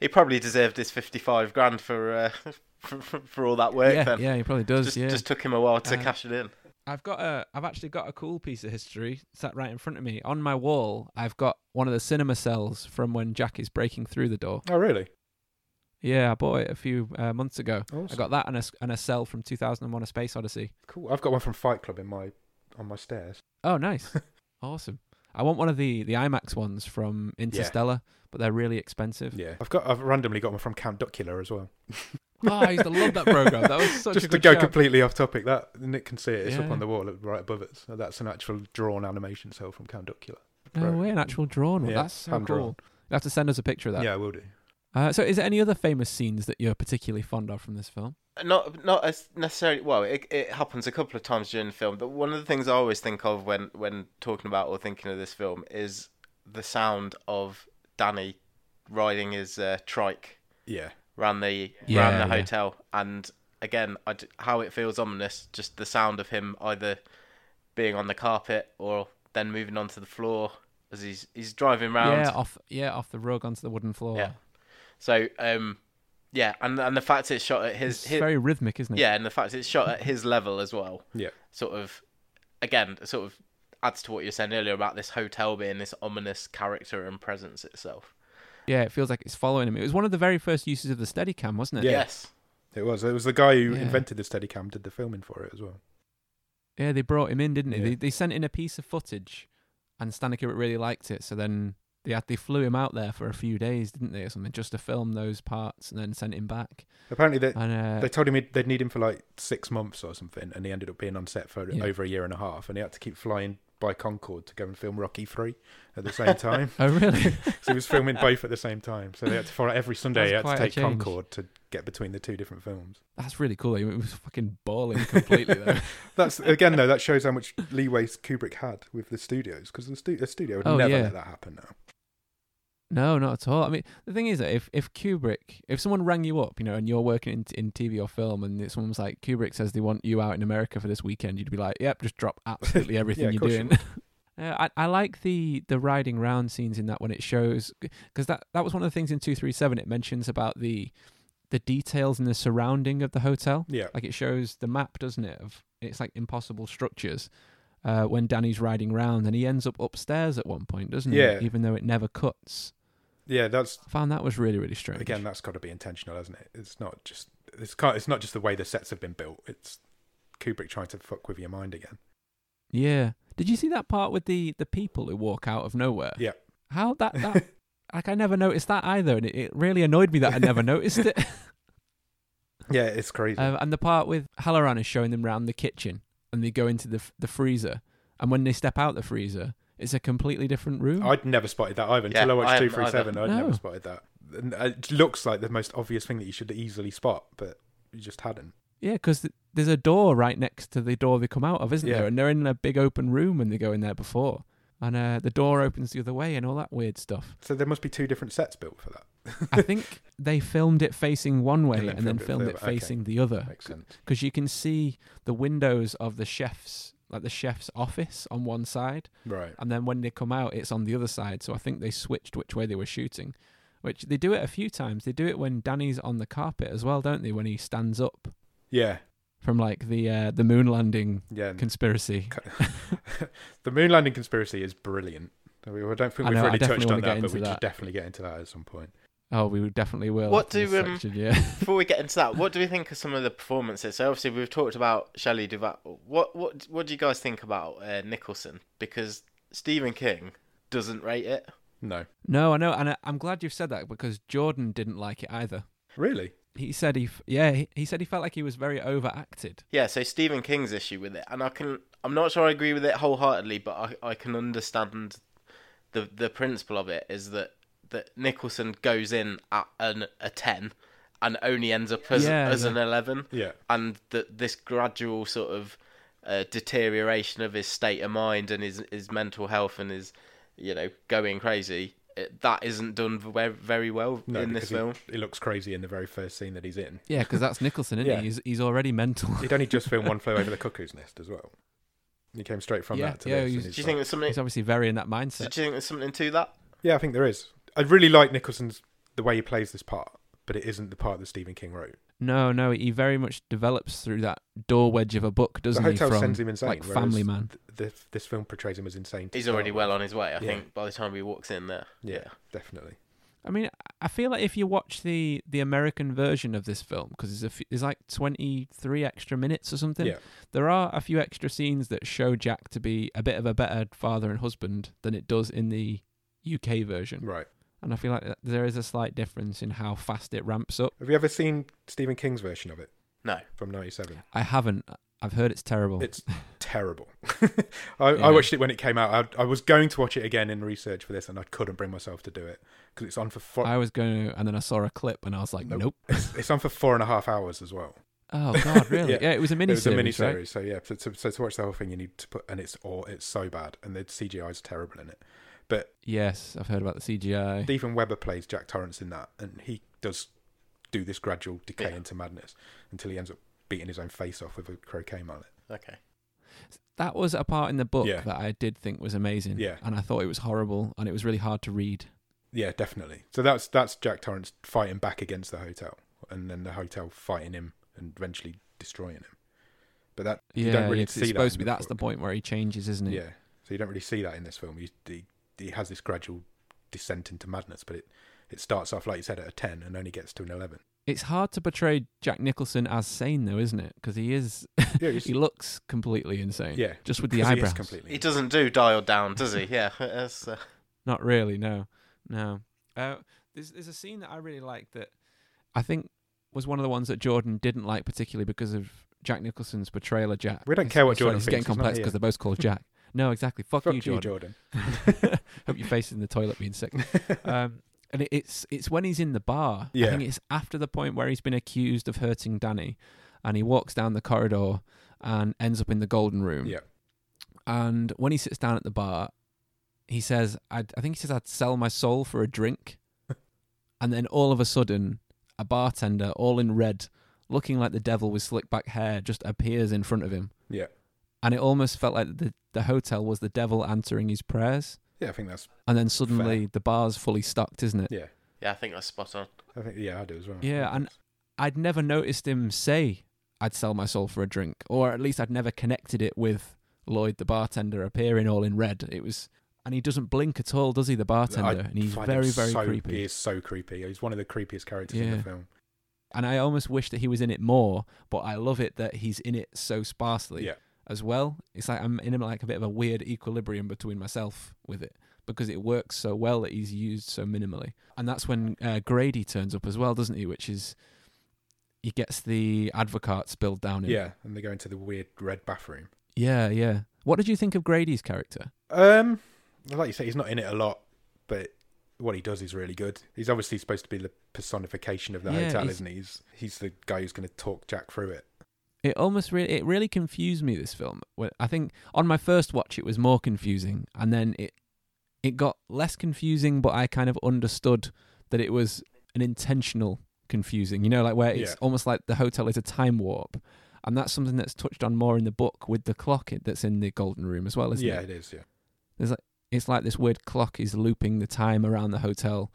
He probably deserved his fifty-five grand for uh, for, for all that work. yeah, um, then yeah, he probably does. just yeah, just took him a while to Uh, cash it in. I've got a, I've actually got a cool piece of history sat right in front of me. On my wall, I've got one of the cinema cells from when Jack is breaking through the door. Oh really? Yeah, I bought it a few uh, months ago. I Awesome. got that and a, s- and a cell from 2001 A Space Odyssey. Cool. I've got one from Fight Club in my on my stairs. Oh, nice. awesome. I want one of the, the IMAX ones from Interstellar, but they're really expensive. Yeah. I've got I've randomly got one from Count Duckula as well. Oh, I used to love that program. That was such just a good to go show. completely off topic, that Nick can see it. It's Yeah. up on the wall, right above it. So that's an actual drawn animation cell from Count Duckula. no way, an actual drawn one. Yeah, That's so cool. hand-drawn. You'll have to send us a picture of that. Yeah, I will do. Uh, so, is there any other famous scenes that you're particularly fond of from this film? Not not as necessarily. Well, it it happens a couple of times during the film. But one of the things I always think of when when talking about or thinking of this film is the sound of Danny riding his uh, trike Yeah, round the Yeah, round the yeah. hotel, and again, I d- how it feels ominous. Just the sound of him either being on the carpet or then moving onto the floor as he's he's driving round. Yeah, off yeah off the rug onto the wooden floor. Yeah. So um, yeah, and and the fact it's shot at his, It's his very rhythmic, isn't it? yeah, and the fact it's shot at his level as well. yeah, Sort of, again, sort of adds to what you were saying earlier about this hotel being this ominous character and presence itself. Yeah, it feels like it's following him. It was one of the very first uses of the Steadicam, wasn't it? Yeah. Yes. it was. It was the guy who Yeah. invented the Steadicam did the filming for it as well. Yeah, they brought him in, didn't they? Yeah. They, they sent in a piece of footage, and Stanley Kubrick really liked it. So then they had, they flew him out there for a few days, didn't they, or something, just to film those parts, and then sent him back. Apparently, they And uh, they told him he'd- they'd need him for like six months or something, and he ended up being on set for Yeah. over a year and a half, and he had to keep flying by Concorde to go and film Rocky Three at the same time. oh really? so he was filming both at the same time. So they had to fly every That's Sunday. he had quite to a take change. Concorde to get between the two different films. That's really cool. It was fucking balling completely though. That's again though that shows how much leeway Kubrick had with the studios because the, stu- the studio would Oh, never yeah. let that happen now. No, not at all. I mean, the thing is, that if if Kubrick, if someone rang you up, you know, and you're working in, in TV or film, and someone was like, Kubrick says they want you out in America for this weekend, you'd be like, yep, just drop absolutely everything Yeah, of you're course you doing. Uh, I, I like the the riding round scenes in that when it shows because that, that was one of the things in two three seven it mentions about the the details and the surrounding of the hotel Yeah, like it shows the map doesn't it of it's like impossible structures uh, when Danny's riding round and he ends up upstairs at one point doesn't Yeah. he even though it never cuts yeah. That's I found that was really, really strange. again that's got to be intentional, hasn't it? It's not just it's can't, it's not just the way the sets have been built. It's Kubrick trying to fuck with your mind again. yeah. Did you see that part with the the people who walk out of nowhere? Yeah. How that that like I never noticed that either, and it, it really annoyed me that I never noticed it. Yeah, it's crazy. Um, and the part with Halloran is showing them round the kitchen, and they go into the f- the freezer, and when they step out the freezer, it's a completely different room. I'd never spotted that either until Yeah, I I watched two haven't three seven. I'd No. never spotted that. And It looks like the most obvious thing that you should easily spot, but you just hadn't. Yeah, because th- there's a door right next to the door they come out of, isn't Yeah. there? And they're in a big open room, and they go in there before, and uh, the door opens the other way, and all that weird stuff. So there must be two different sets built for that. I think they filmed it facing one way And and then then, filmed it filmed it the other- okay. facing the other Makes sense. because you can see the windows of the chef's like the chef's office on one side Right. and then when they come out it's on the other side so I think they switched which way they were shooting which they do it a few times they do it when Danny's on the carpet as well don't they when he stands up Yeah. from like the uh, the moon landing Yeah. and conspiracy the moon landing conspiracy is brilliant. We I don't think I we've know, I definitely really touched on wanna get that, but we into should that. definitely get into that at some point. oh we would definitely will What after do, this um, section, yeah Before we get into that, what do we think of some of the performances? So obviously we've talked about Shelley Duvall. What what what do you guys think about uh, Nicholson? Because Stephen King doesn't rate it. No. no I know and I, I'm glad you've said that because Jordan didn't like it either Really? he said he f- yeah he, he said he felt like he was very overacted Yeah, so Stephen King's issue with it, and I can I'm not sure I agree with it wholeheartedly, but I, I can understand the the principle of it is that that Nicholson goes in at an a ten and only ends up as Yeah, as yeah. an eleven. Yeah. and that this gradual sort of uh, deterioration of his state of mind and his his mental health and his you know going crazy it, that isn't done ve- very well No, in this because he- film. He, looks crazy in the very first scene that he's in. yeah because that's nicholson isn't Yeah. he he's, he's already mental He'd only just filmed One Flew Over the Cuckoo's Nest as well. He came straight from Yeah, that to yeah, this. he's- and Do he's you like- think there's something? he's obviously very in that Do you mindset think there's something to that? Yeah, I think there is. I really like Nicholson's the way he plays this part, but it isn't the part that Stephen King wrote. no no he very much develops through that door wedge of a book doesn't the he hotel from sends him insane. like whereas family man th- this, this film portrays him as insane. to He's start already with. well on his way, I Yeah. think, by the time he walks in there. Yeah, definitely. i mean i feel like if you watch the the american version of this film because there's, a few- there's like 23 extra minutes or something Yeah. there are a few extra scenes that show jack to be a bit of a better father and husband than it does in the uk version Right. and i feel like that there is a slight difference in how fast it ramps up Have you ever seen Stephen King's version of it No. from '97? I haven't. uh, I've heard it's terrible. It's terrible. I, Yeah. I watched it when it came out. I, I was going to watch it again in research for this, and I couldn't bring myself to do it because it's on for four. I was going to, and then I saw a clip, and I was like, Nope. nope. it's, it's on for four and a half hours as well. Oh God, really? Yeah. yeah. it was a It mini. was a mini series. series, so yeah. So, so, so to watch the whole thing, you need to put, and it's all it's so bad, and the CGI is terrible in it. But Yes, I've heard about the CGI. Stephen Weber plays Jack Torrance in that, and he does do this gradual decay Yeah. into madness until he ends up beating his own face off with a croquet mallet. Okay. that was a part in the book Yeah. that I did think was amazing. Yeah. and I thought it was horrible, and it was really hard to read. Yeah, definitely. So that's that's Jack Torrance fighting back against the hotel, and then the hotel fighting him and eventually destroying him. But that Yeah, you don't really it's, see it's that. in supposed to be. the That's the book. point where he changes, isn't it? Yeah, so you don't really see that in this film. You, he, he has this gradual descent into madness, but it it starts off like you said at a ten and only gets to an eleven. It's hard to portray Jack Nicholson as sane, though, isn't it? Because he is. Yeah, he's- he looks completely insane. yeah, just with the 'cause he is eyebrows. completely. He doesn't do dialed down, does he? Yeah. that's, uh, Not really, no, no. Uh, there's there's a scene that I really like that I think was one of the ones that Jordan didn't like particularly because of Jack Nicholson's portrayal of Jack. We don't It's- care what it's- Jordan It's getting thinks, he's not complex here. because they're both called Jack. no, exactly. Fuck, Fuck you, Jordan. Jordan. Hope your face is in the toilet being sick. Um, and it, it's it's when he's in the bar. I Yeah. think it's after the point where he's been accused of hurting Danny, and he walks down the corridor and ends up in the golden room. Yeah. And when he sits down at the bar, he says, I'd, "I think he says I'd sell my soul for a drink," and then all of a sudden, a bartender, all in red, looking like the devil with slick back hair, just appears in front of him. Yeah. And it almost felt like the, the hotel was the devil answering his prayers. Yeah, I think that's. And then suddenly the bar's fully stocked, isn't it? Yeah, Yeah, I think that's spot on. I think yeah, I do as well. Yeah, and I'd never noticed him say, I'd sell my soul for a drink, or at least I'd never connected it with Lloyd the bartender appearing all in red. It was, and he doesn't blink at all, does he, the bartender? I and he's find him very, very so, creepy. He is so creepy. He's one of the creepiest characters in Yeah. the film. And I almost wish that he was in it more, but I love it that he's in it so sparsely Yeah. as well. It's like I'm in like a bit of a weird equilibrium between myself with it because it works so well that he's used so minimally. And that's when uh, Grady turns up as well, doesn't he? Which is he gets the advocate spilled down. Him. Yeah, and they go into the weird red bathroom. Yeah, yeah. What did you think of Grady's character? Um, like you say, he's not in it a lot, but what he does is really good. He's obviously supposed to be the personification of the Yeah, hotel, he's- isn't he? He's, he's the guy who's going to talk Jack through it. It almost really it really confused me this film. Well, I think on my first watch it was more confusing and then it it got less confusing but I kind of understood that it was an intentional confusing. You know like where it's Yeah. almost like the hotel is a time warp. And that's something that's touched on more in the book with the clock i- that's in the golden room as well, isn't yeah, it? it is. Yeah, It's like this weird clock is looping the time around the hotel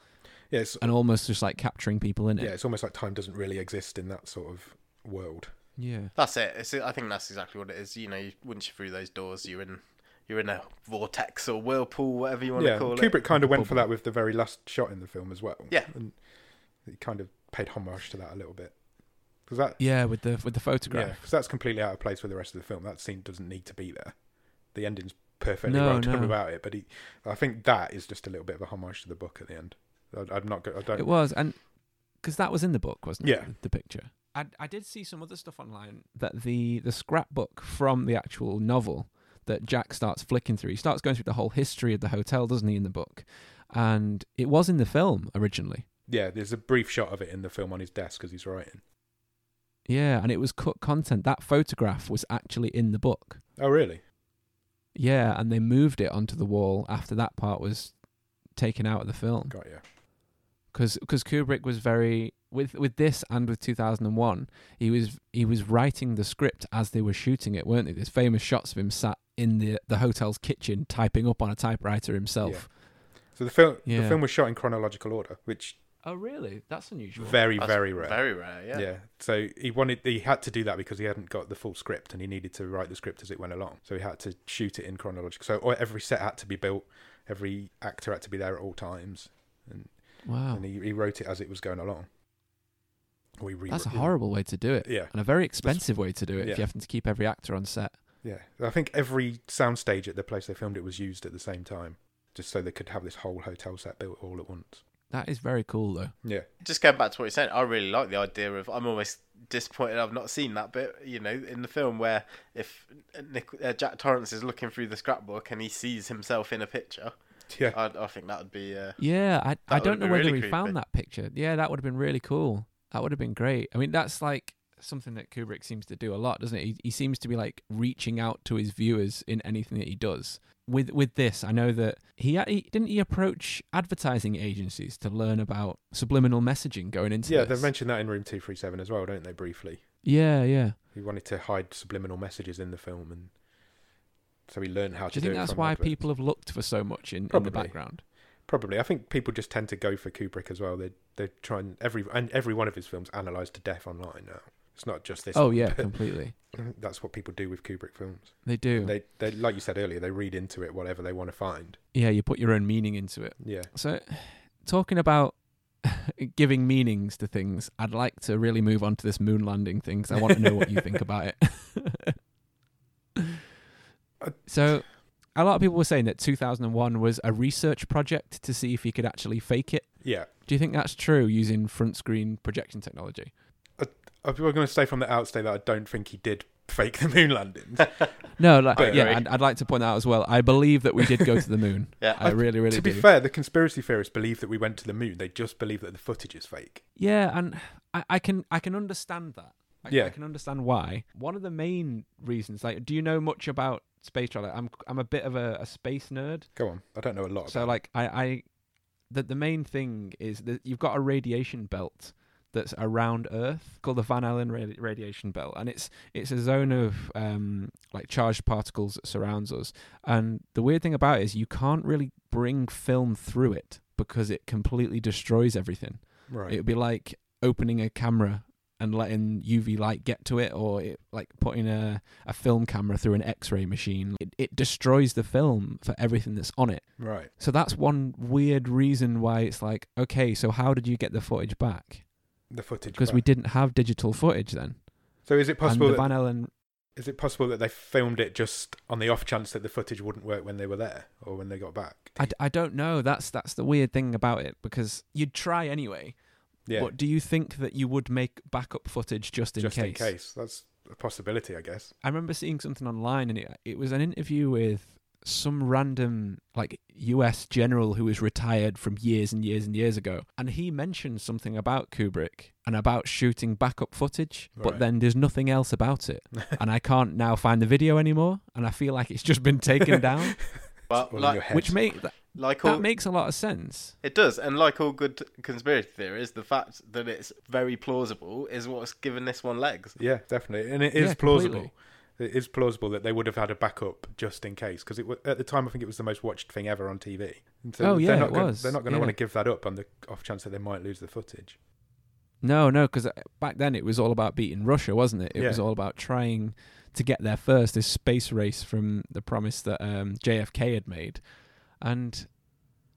yeah, it's, and almost just like capturing people in yeah. it. It's almost like time doesn't really exist in that sort of world. Yeah. That's it. It's, I think that's exactly what it is. You know, you, once you're through those doors, you're in you're in a vortex or whirlpool, whatever you want yeah, to call Kubrick it. kind of went for Bubble. that with the very last shot in the film as well. Yeah. and he kind of paid homage to that a little bit because that Yeah, with the with the yeah, photograph. 'cause that's completely out of place with the rest of the film. That scene doesn't need to be there. The ending's perfectly No, well done no. without it. But he, I think that is just a little bit of a homage to the book at the end. I, I'm not. go- I It don't. was, and because that was in the book, wasn't it? Yeah. The, the picture. I I did see some other stuff online that the the scrapbook from the actual novel that Jack starts flicking through. He starts going through the whole history of the hotel, doesn't he, in the book? And it was in the film originally. Yeah, there's a brief shot of it in the film on his desk as he's writing. Yeah, and it was cut content. That photograph was actually in the book. Oh, really? Yeah, and they moved it onto the wall after that part was taken out of the film. Got you. because Kubrick was very with with this and with 2001 he was he was writing the script as they were shooting it weren't they there's famous shots of him sat in the the hotel's kitchen typing up on a typewriter himself So the film, Yeah. the film was shot in chronological order, which oh really that's unusual very, That's very rare. Very rare. Yeah. yeah. So he wanted, he had to do that because he hadn't got the full script, and he needed to write the script as it went along. So he had to shoot it in chronological. So or every set had to be built, every actor had to be there at all times, wow and he, he wrote it as it was going along. We re- that's a horrible way to do it Yeah, and a very expensive way to do it if yeah. you have to keep every actor on set yeah. I think every soundstage at the place they filmed it was used at the same time, just so they could have this whole hotel set built all at once. that is very cool though Yeah, Just going back to what you're saying, I really like the idea of. I'm almost disappointed I've not seen that bit. You know, in the film where if Nick, uh, Jack Torrance is looking through the scrapbook and he sees himself in a picture, yeah. I, I think that would be. Uh, Yeah, I I That don't would've know been whether really he found creepy. that picture. Yeah, that would have been really cool. That would have been great. I mean, that's like something that Kubrick seems to do a lot, doesn't it? He, he seems to be like reaching out to his viewers in anything that he does. With with this, I know that he, uh, he didn't he approach advertising agencies to learn about subliminal messaging going into yeah, this? they've mentioned that in Room Two Three Seven as well, don't they? Briefly, yeah, yeah. he wanted to hide subliminal messages in the film, and so he learned how Do you to do think it that's from why adverts. people have looked for so much in, in the Probably. background? Probably, I think people just tend to go for Kubrick as well. They they try and every and every one of his films analyzed to death online now. It's not just this. Oh one, yeah, but completely. that's what people do with Kubrick films. They do. They they like you said earlier, they read into it whatever they want to find. yeah, you put your own meaning into it. Yeah, So, talking about giving meanings to things, I'd like to really move on to this moon landing thing 'cause I want to know what you think about Uh, it. so, a lot of people were saying that 2001 was a research project to see if you could actually fake it. yeah. Do you think that's true using front screen projection technology? I was going to say from the outstay that I don't think he did fake the moon landings. No, like, I yeah, agree. I'd, I'd like to point that out as well. I believe that we did go to the moon. Yeah. I really, really to do. be fair, the conspiracy theorists believe that we went to the moon. They just believe that the footage is fake. Yeah, and I, I can I can understand that. I, Yeah. I can understand why. One of the main reasons, like, do you know much about space travel? I'm I'm a bit of a, a space nerd, Go on. I don't know a lot. so about like I I the the main thing is that you've got a radiation belt that's around Earth called the Van Allen radi- radiation belt, and it's it's a zone of um like charged particles that surrounds us. And the weird thing about it is you can't really bring film through it because it completely destroys everything. it. right. It would be like opening a camera and letting UV light get to it, or it, like putting a, a film camera through an X ray machine. It, it destroys the film for everything that's on it. right. So that's one weird reason why it's like, okay, so how did you get the footage back? The footage. Because back. we didn't have digital footage then. So is it possible? and the That, Van Allen, is it possible that they filmed it just on the off chance that the footage wouldn't work when they were there or when they got back? I, d- I don't know. That's that's the weird thing about it because you'd try anyway. yeah. But do you think that you would make backup footage just in just case? in case. That's a possibility, I guess. I remember seeing something online, and it, it was an interview with some random like U.S. general who was retired from years and years and years ago, and he mentioned something about Kubrick and about shooting backup footage, Right. but then there's nothing else about it, and I can't now find the video anymore, and I feel like it's just been taken down, Well, All in your like, head. which make that, like all that makes a lot of sense. It does, and like all good conspiracy theories, the fact that it's very plausible is what's given this one legs. Yeah, definitely, and it is Yeah, plausible. completely. It is plausible that they would have had a backup just in case, because at the time I think it was the most watched thing ever on TV. And Oh, yeah, they're not it gonna, was, They're not going to yeah. want to give that up on the off chance that they might lose the footage. No, no, because back then it was all about beating Russia, wasn't it? It Yeah. was all about trying to get there first, this space race from the promise that um, JFK had made. And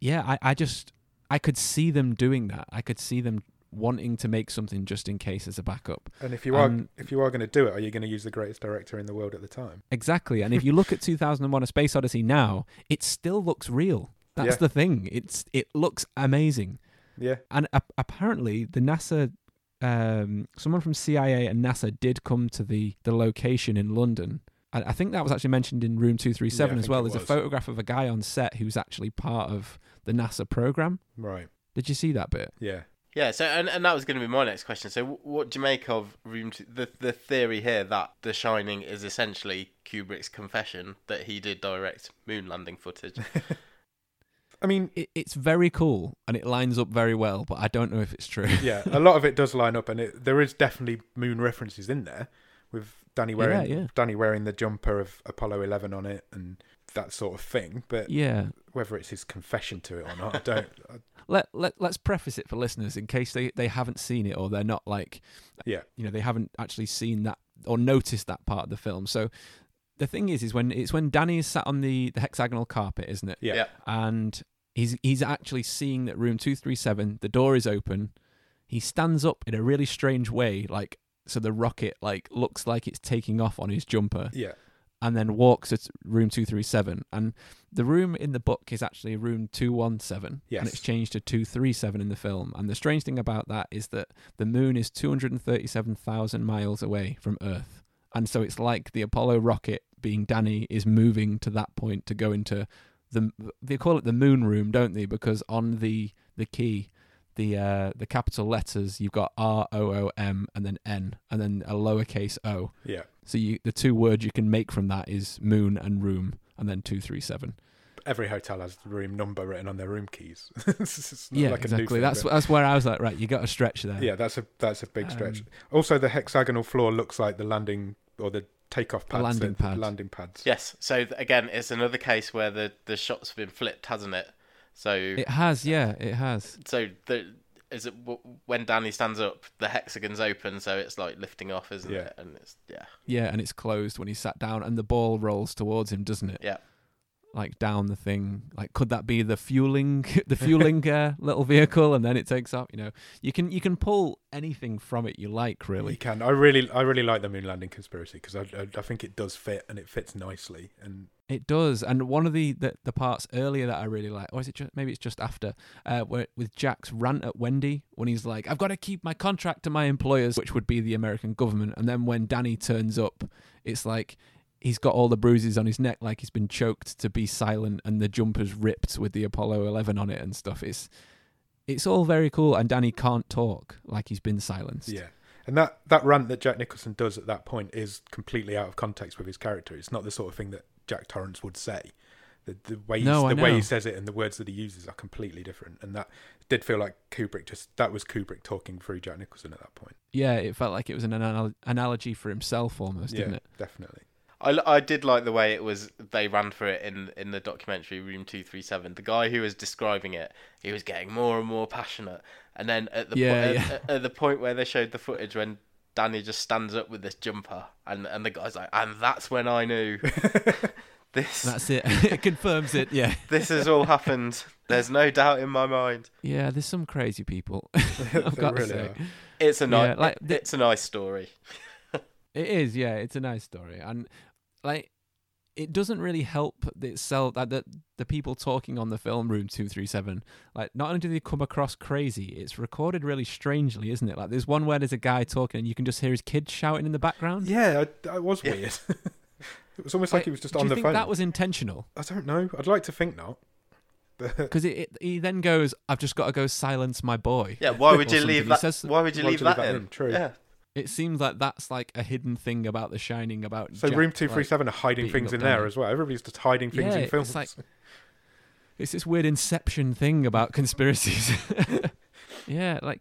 yeah, I, I just, I could see them doing that. I could see them wanting to make something just in case as a backup. And if you are Um, if you are going to do it, are you going to use the greatest director in the world at the time? Exactly. And if you look at 2001 A Space Odyssey now, it still looks real. That's Yeah. the thing. It's It looks amazing. Yeah, and a- apparently the NASA um someone from CIA and NASA did come to the the location in London. I, I think that was actually mentioned in room 237 Yeah, I as think well. it There's a was. photograph of a guy on set who's actually part of the NASA program. right. Did you see that bit? Yeah, Yeah. So, and, and that was going to be my next question. So, wh- what do you make of room t- the the theory here that The Shining is essentially Kubrick's confession that he did direct moon landing footage? I mean, It, it's very cool and it lines up very well, but I don't know if it's true. yeah, uh, a lot of it does line up, and it, there is definitely moon references in there with Danny wearing Yeah, yeah. Danny wearing the jumper of Apollo 11 on it and that sort of thing. But yeah. whether it's his confession to it or not, I don't. I, Let, let let's preface it for listeners in case they they haven't seen it or they're not like yeah, you know they haven't actually seen that or noticed that part of the film so the thing is is when it's when danny is sat on the, the hexagonal carpet isn't it yeah, Yeah. and he's he's actually seeing that room 237 the door is open he stands up in a really strange way like so the rocket like looks like it's taking off on his jumper yeah. and then walks to room 237 and the room in the book is actually room 217 Yes. and it's changed to 237 in the film and the strange thing about that is that the moon is 237,000 miles away from earth and so it's like the apollo rocket being danny is moving to that point to go into the they call it the moon room don't they because on the the key the uh the capital letters you've got r o o m and then n and then a lowercase o Yeah. so you, the two words you can make from that is moon and room, and then two three seven. Every hotel has the room number written on their room keys. It's- it's not yeah, like a new exactly. thing, That's but- that's where I was like, right, you got a stretch there. yeah. That's a that's a big stretch. Um, also, the hexagonal floor looks like the landing or the takeoff The pads. landing the pad. landing pads. yes. So th- again, it's another case where the the shot's been flipped, hasn't it? So It has, yeah, it has. so the. Is it w- when Danny stands up, the hexagon's open, so it's like lifting off, isn't Yeah. it? And it's yeah, Yeah, and it's closed when he sat down, and the ball rolls towards him, doesn't it? yeah. like down the thing. Like, could that be the fueling the fueling uh, little vehicle? And then it takes off. You know, you can you can pull anything from it you like, really. You can. I really, I really like the moon landing conspiracy because I, I, I think it does fit and it fits nicely. And It does, and one of the, the the parts earlier that I really like, or is it just maybe it's just after, uh, where, with Jack's rant at Wendy when he's like, "I've got to keep my contract to my employers," which would be the American government, and then when Danny turns up, it's like he's got all the bruises on his neck, like he's been choked to be silent, and the jumper's ripped with the Apollo Eleven on it and stuff. It's it's all very cool, and Danny can't talk like he's been silenced. yeah, and that that rant that Jack Nicholson does at that point is completely out of context with his character. It's not the sort of thing that Jack Torrance would say. The, the way No, I the way know. he says it and the words that he uses are completely different. And that did feel like Kubrick just that was Kubrick talking through Jack Nicholson at that point. yeah, it felt like it was an anal- analogy for himself almost, didn't yeah, it? definitely. I, I did like the way it was they ran for it in in the documentary Room Two Three Seven. The guy who was describing it, he was getting more and more passionate, and then at the Yeah, point, yeah. At, at the point where they showed the footage when Danny just stands up with this jumper, and and the guy's like, and that's when I knew this That's it. it confirms it. Yeah. this has all happened. There's no doubt in my mind. Yeah, there's some crazy people. I've They got to really say, are. It's a nice Yeah, like the- it's a nice story. it is. Yeah, it's a nice story, and like, it doesn't really help itself that the the people talking on the film room two three seven. Like, not only do they come across crazy, it's recorded really strangely, isn't it? Like, there's one where there's a guy talking, and you can just hear his kids shouting in the background. Yeah, I, I was Yeah. weird. it was almost like, he was just do on you the think phone. That was intentional I don't know. I'd like to think not. But because it, it he then goes, "I've just got to go silence my boy." Yeah, why would Or you something. leave He that? says- why would you why leave would that, in? True. Yeah, It seems like that's like a hidden thing about The Shining. About So Jack, room two three like- seven are hiding beating things up in there Danny. as well. Everybody's just hiding things Yeah, in it's films. like- it's this weird inception thing about conspiracies. yeah, like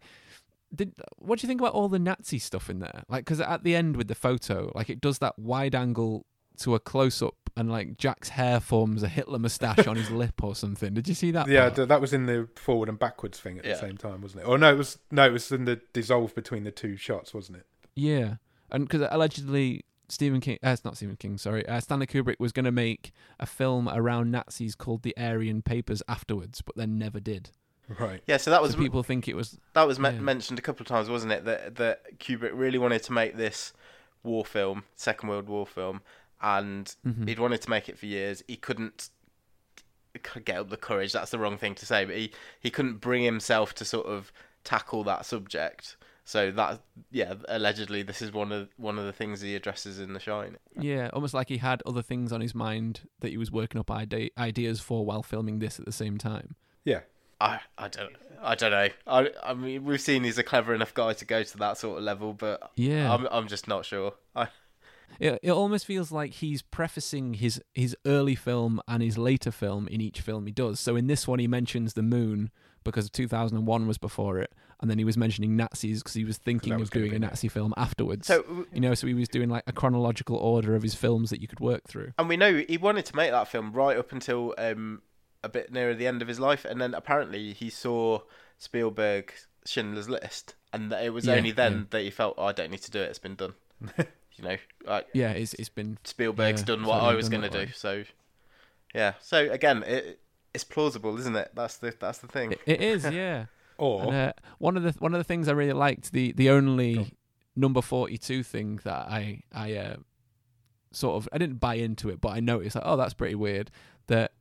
did what do you think about all the Nazi stuff in there? Like cuz at the end with the photo, like it does that wide angle to a close up and like Jack's hair forms a Hitler mustache on his lip or something. Did you see that? yeah, part? th- that was in the forward and backwards thing at Yeah. the same time, wasn't it? Or no, it was no, it was in the dissolve between the two shots, wasn't it? Yeah, and because allegedly Stephen King, uh, it's not Stephen King, sorry, uh, Stanley Kubrick was going to make a film around Nazis called The Aryan Papers afterwards, but then never did. Right. yeah. So that was So people think it was That was me- Yeah. mentioned a couple of times, wasn't it? That that Kubrick really wanted to make this war film, Second World War film, and Mm. mm-hmm. he'd wanted to make it for years. He couldn't c- get up the courage. That's the wrong thing to say, but he he couldn't bring himself to sort of tackle that subject. So that yeah, allegedly this is one of one of the things he addresses in The Shine. yeah, almost like he had other things on his mind that he was working up ide- ideas for while filming this at the same time. Yeah. I, I don't I don't know. I I mean we've seen he's a clever enough guy to go to that sort of level, but Yeah. Um, I'm I'm just not sure. I It, it almost feels like he's prefacing his his early film and his later film in each film he does. So in this one, he mentions the moon because 2001 was before it, and then he was mentioning Nazis because he was thinking that was of gonna doing a be- Nazi film afterwards. so you know, so he was doing like a chronological order of his films that you could work through. And we know he wanted to make that film right up until um, a bit nearer the end of his life, and then apparently he saw Spielberg Schindler's List, and that it was Yeah, only then yeah. that he felt "Oh, I don't need to do it; it's been done. you know, like Yeah, it's it's been Spielberg's Yeah, done it's what already I was done going to that do. way. So, yeah. So again, it it's plausible, isn't it? That's the that's the thing. it, it is yeah. Or And, uh, one of the one of the things I really liked the the only number forty two thing that I I uh, sort of I didn't buy into it, but I noticed like oh that's pretty weird that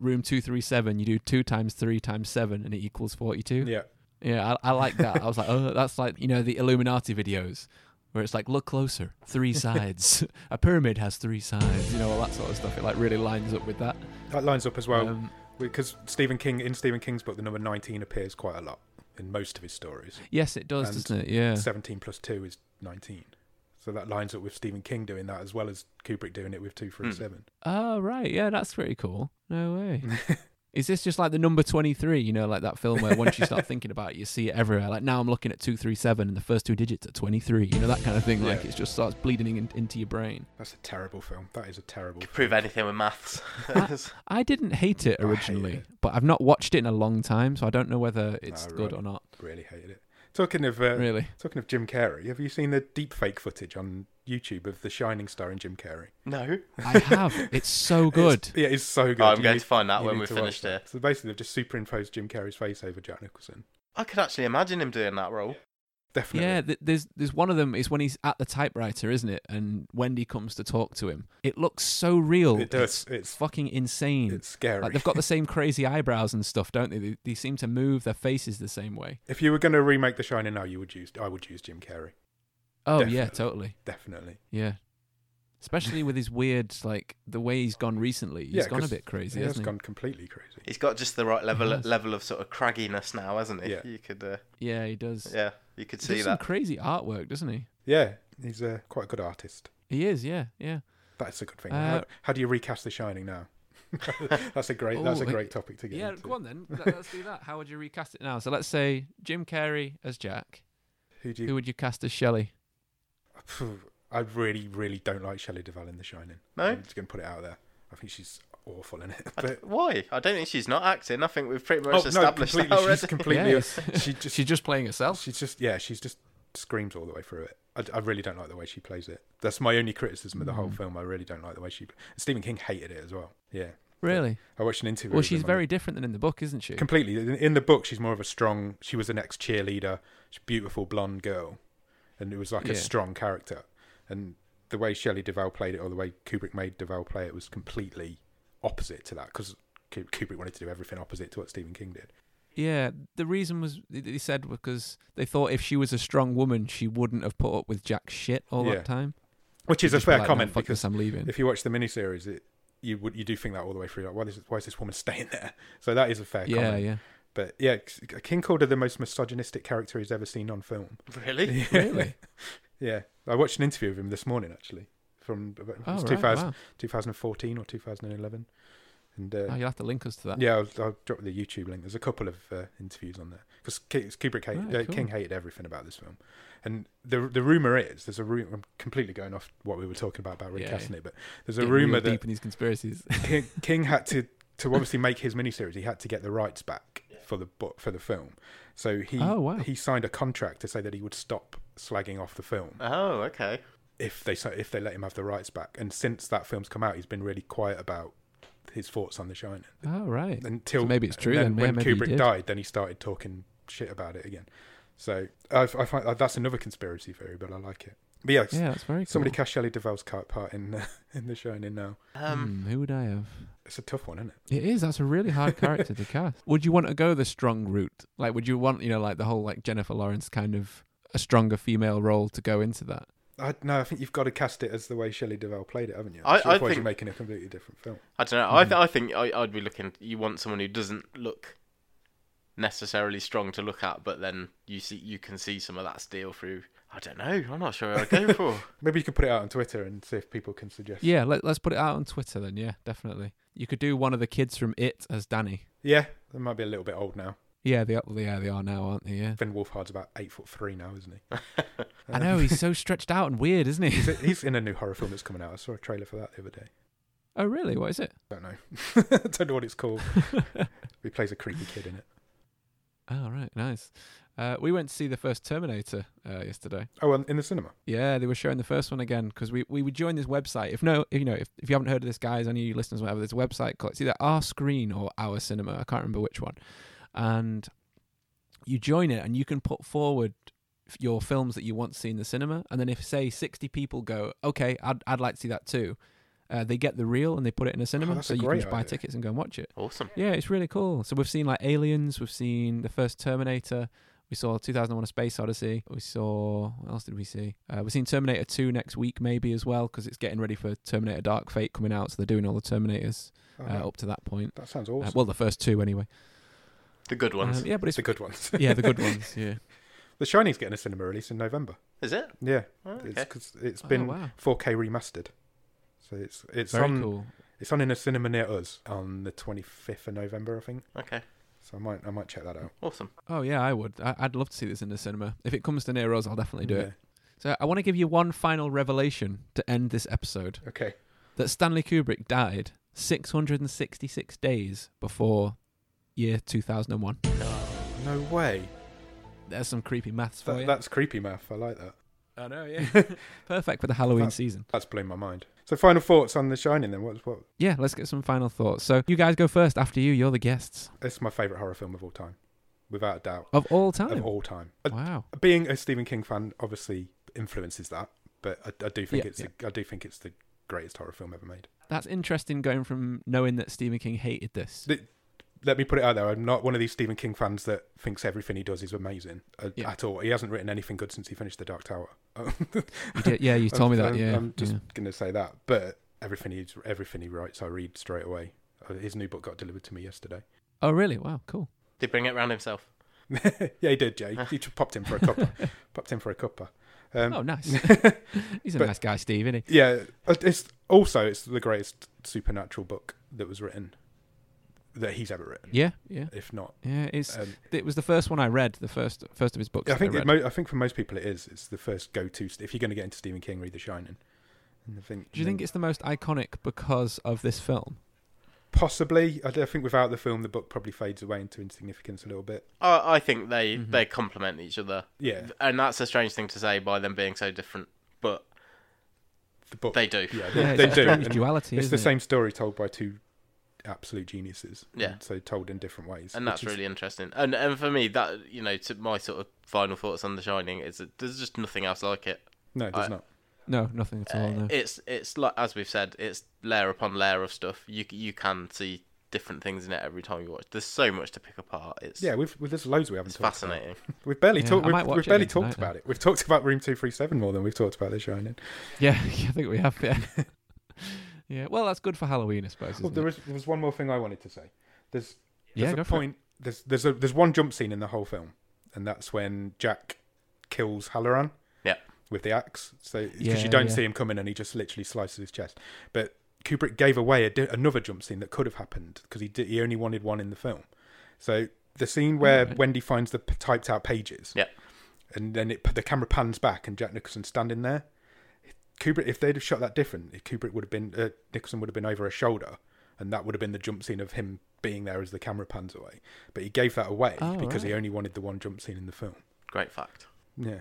room two three seven you do two times three times seven and it equals forty two. yeah. Yeah, I, I like that. I was like, oh, that's like you know the Illuminati videos where it's like, look closer, three sides. A pyramid has three sides. You know all that sort of stuff. It like really lines up with that. That lines up as well Um, because Stephen King in Stephen King's book the number 19 appears quite a lot in most of his stories. yes, it does, And doesn't it? Yeah. 17 plus 2 is 19. So that lines up with Stephen King doing that as well as Kubrick doing it with 237. Oh right, yeah, that's pretty cool. No way. Is this just like the number twenty three? You know, like that film where once you start thinking about it, you see it everywhere. Like now I'm looking at two three seven and the first two digits are twenty three. You know that kind of thing. Like Yeah. it just starts bleeding in, into your brain. That's a terrible film. That is a terrible Could prove anything with maths. I didn't hate it I hate originally, it. but I've not watched it in a long time, so I don't know whether it's Ah, good right. or not. Really hated it. Talking of uh, really. talking of Jim Carrey, have you seen the deepfake footage on YouTube of The Shining star in Jim Carrey? No. I have. It's so good. It's, yeah, it's so good. I'm You going need- to find that you when need we're to watch finished that. here. So basically, they've just superimposed Jim Carrey's face over Jack Nicholson. I could actually imagine him doing that role. Definitely. Yeah, th- there's there's one of them is when he's at the typewriter, isn't it? And Wendy comes to talk to him. It looks so real. It does. It's It's- fucking insane. It's scary. like they've got the same crazy eyebrows and stuff, don't they? They, they seem to move their faces the same way. if you were going to remake The Shining now, you would use. I would use Jim Carrey. Oh yeah, Definitely. totally. Definitely. Yeah. Especially with his weird, like the way he's gone recently, He's Yeah, gone a 'cause bit crazy, He has hasn't he? gone completely crazy. He's got just the right level has. level of sort of cragginess now, hasn't he? Yeah. You could, uh, Yeah, he does. yeah, you could He see does some that. crazy artwork, doesn't he? Yeah, he's uh, quite a good artist. He is. Yeah, yeah. That's a good thing. Uh, how, how do you recast The Shining now? that's a great. that's Ooh, a great topic to get Oh, Yeah, into. go on then. Let, us do that. How would you recast it now? So let's say Jim Carrey as Jack. Who do Who you? would you cast as Shelley? I really, really don't like Shelley Duvall in The Shining. No? I'm just gonna put it out there. I think she's awful in it. Eh? I d- But Why? I don't think she's not acting. I think we've pretty oh much no, established completely. that already. She's completely. Yes. She just. She's just playing herself. She's just. Yeah, she's just screams all the way through it. I, I really don't like the way she plays it. That's my only criticism of the Mm. whole film. I really don't like the way she. Stephen King hated it as well. Yeah, Really? I watched an interview. Well, with she's him on it. very different than in the book, isn't she? completely in, in the book she's more of a strong she was an ex cheerleader she's a beautiful blonde girl and it was like Yeah. a strong character and the way Shelley Duvall played it or the way Kubrick made Duvall play it was completely opposite to that because Kubrick wanted to do everything opposite to what Stephen King did Yeah, the reason was th- they said because they thought if she was a strong woman, she wouldn't have put up with Jack's shit all Yeah. that time. which is She'd a just be fair like, "No, comment fuck because this, I'm leaving. if you watch the miniseries it you would you do think that all the way through like why is why is this woman staying there so that is a fair yeah, comment yeah. but yeah King called her the most misogynistic character he's ever seen on film Really? Really? Yeah, I watched an interview of him this morning actually from about, it Oh, was right, 2000, wow. 2014 or 2011, and uh, Oh, you'll have to link us to that. yeah, I'll, I'll drop the YouTube link. There's a couple of uh, interviews on there because Kubrick hated, Right, uh, cool. King hated everything about this film, and the the rumor is there's a rumor. I'm completely going off what we were talking about about Yeah, recasting it, but there's a Getting real rumor deep that in these conspiracies. King, King had to to obviously make his miniseries. He had to get the rights back for the book for the film, so he Oh, wow. he signed a contract to say that he would stop slagging off the film Oh, okay. if they so if they let him have the rights back. And since that film's come out, he's been really quiet about his thoughts on The Shining oh, right. until So maybe it's true and then, yeah, when maybe he Kubrick did. died, then he started talking shit about it again. So I, I find uh, that's another conspiracy theory, but I like it. But yeah, Yeah, that's very cool. somebody cast Shelley Duvall's car- part in uh, in The Shining now. Um, Hmm, who would I have? It's a tough one, isn't it? It is. That's a really hard character to cast. Would you want to go the strong route? Like, would you want, you know, like the whole like Jennifer Lawrence kind of a stronger female role to go into that? I, no, I think you've got to cast it as the way Shelley Duvall played it, haven't you? I- I otherwise think- you're making a completely different film. I don't know. I, Hmm. th- I think I, I'd be looking. You want someone who doesn't look necessarily strong to look at, but then you see you can see some of that steel through. I don't know. I'm not sure what I'd go for. Maybe you could put it out on Twitter and see if people can suggest. Yeah, let, let's put it out on Twitter then. Yeah, definitely. You could do one of the kids from It as Danny. yeah, they might be a little bit old now. Yeah, they are, they are, they are now, aren't they? Yeah. Finn Wolfhard's about eight foot three now, isn't he? Um, I know, he's so stretched out and weird, isn't he? He's, he's in a new horror film that's coming out. I saw a trailer for that the other day. oh, really? What is it? Don't know. Don't know what it's called. He plays a creepy kid in it. oh, right, nice. Uh, we went to see the first Terminator uh, yesterday. Oh, and in the cinema. Yeah, they were showing the first one again because we, we would join this website. If no, if, you know, if, if you haven't heard of this, guys, any of you listeners, whatever, there's a website called it's either Our Screen or Our Cinema. I can't remember which one. And you join it, and you can put forward f- your films that you want to see in the cinema. And then if say 60 people go, okay, I'd I'd like to see that too, uh, they get the reel and they put it in a cinema, Oh, that's so a you can great just buy idea. tickets and go and watch it. Awesome. Yeah, it's really cool. So we've seen like Aliens, we've seen the first Terminator, we saw 2001: A Space Odyssey, we saw what else did we see? Uh, we've seen Terminator 2 next week maybe as well because it's getting ready for Terminator Dark Fate coming out, so they're doing all the Terminators Oh, uh, up to that point. that sounds Uh, awesome. well, the first two anyway. The good ones. Um, yeah, but it's the good ones. yeah the good ones. Yeah. the Shining's getting a cinema release in November. Is it? Yeah, Oh, it's okay. 'cause it's Oh, been wow. 4K remastered. So it's it's Very on cool. it's on in a cinema near us on the 25th of November, I think. Okay. So I might I might check that out. Awesome. Oh yeah, I would. I- I'd love to see this in the cinema. If it comes to near us, I'll definitely do it. Yeah. So I want to give you one final revelation to end this episode. Okay. that Stanley Kubrick died 666 days before year 2001. No way. There's some creepy maths for That, you. That's creepy math. I like that. I know, yeah. Perfect for the Halloween That's- season. That's blown my mind. So, final thoughts on The Shining then? What, what, Yeah, let's get some final thoughts. So you guys go first. After you, you're the guests it's my favourite horror film of all time, without a doubt. of all time. Of all time. Uh, wow. Being a Stephen King fan obviously influences that, but I, I do think Yeah, it's the- I do think it's the greatest horror film ever made. That's interesting going from knowing that Stephen King hated this. let me put it out there. I'm not one of these Stephen King fans that thinks everything he does is amazing uh, Yeah. at all. He hasn't written anything good since he finished The Dark Tower. You did- yeah, you told me that. I'm- Yeah. I'm just yeah. gonna say that. But everything he everything he writes, I read straight away. Uh, His new book got delivered to me yesterday. Oh, really? Wow, cool. Did bring it round himself. yeah, he did. Jay, he just popped in for a cuppa. popped in for a cuppa. Um, Oh, nice. He's a But- nice guy, Steve, isn't he? Yeah, uh, it's also it's the greatest supernatural book that was written that he's ever written, Yeah, yeah, if not. yeah. It's Um, it was the first one I read, the first first of his books. I that think I it read. mo- I think for most people it is. It's the first go-to. St- if you're going to get into Stephen King, read The Shining. And I think, Do you think it's the most iconic because of this film? possibly? I, d- I think without the film, the book probably fades away into insignificance a little bit. I, I think they Mhm. they complement each other, Yeah, and that's a strange thing to say by them being so different, but the book. they do. yeah, they, Yeah, they it's do. a strange and duality. it's isn't the it? same story told by two absolute geniuses. Yeah. and so told in different ways. and which that's is- really interesting. And and for me, that you know, to my sort of final thoughts on The Shining is that there's just nothing else like it. no, there's I- not. No, nothing at all. Uh, No. It's it's like as we've said, it's layer upon layer of stuff. You c- you can see different things in it every time you watch. There's so much to pick apart. It's Yeah, we've, well, there's loads we haven't it's talked fascinating. about. We've barely Yeah, I talked. might We've, watch we've it barely again talked tonight, about it. We've talked about Room Two Three Seven more than we've talked about The Shining. Yeah, I think we have. Yeah. yeah. Well, that's good for Halloween, I suppose. Well, Isn't there it? is there was one more thing I wanted to say. There's Yeah, there's go a for it. point. There's there's a there's one jump scene in the whole film, and that's when Jack kills Halloran. Yeah. With the axe, so because Yeah, you don't yeah. see him coming, and he just literally slices his chest. But Kubrick gave away a di- another jump scene that could have happened because he did, he only wanted one in the film. So the scene where Alright. Wendy finds the p- typed out pages. Yeah. And then it the camera pans back, and Jack Nicholson standing there. Kubrick, if they'd have shot that different, if Kubrick would have been uh, Nicholson would have been over a shoulder, and that would have been the jump scene of him being there as the camera pans away. But he gave that away Oh, because he right. only wanted the one jump scene in the film. Great fact. Yeah,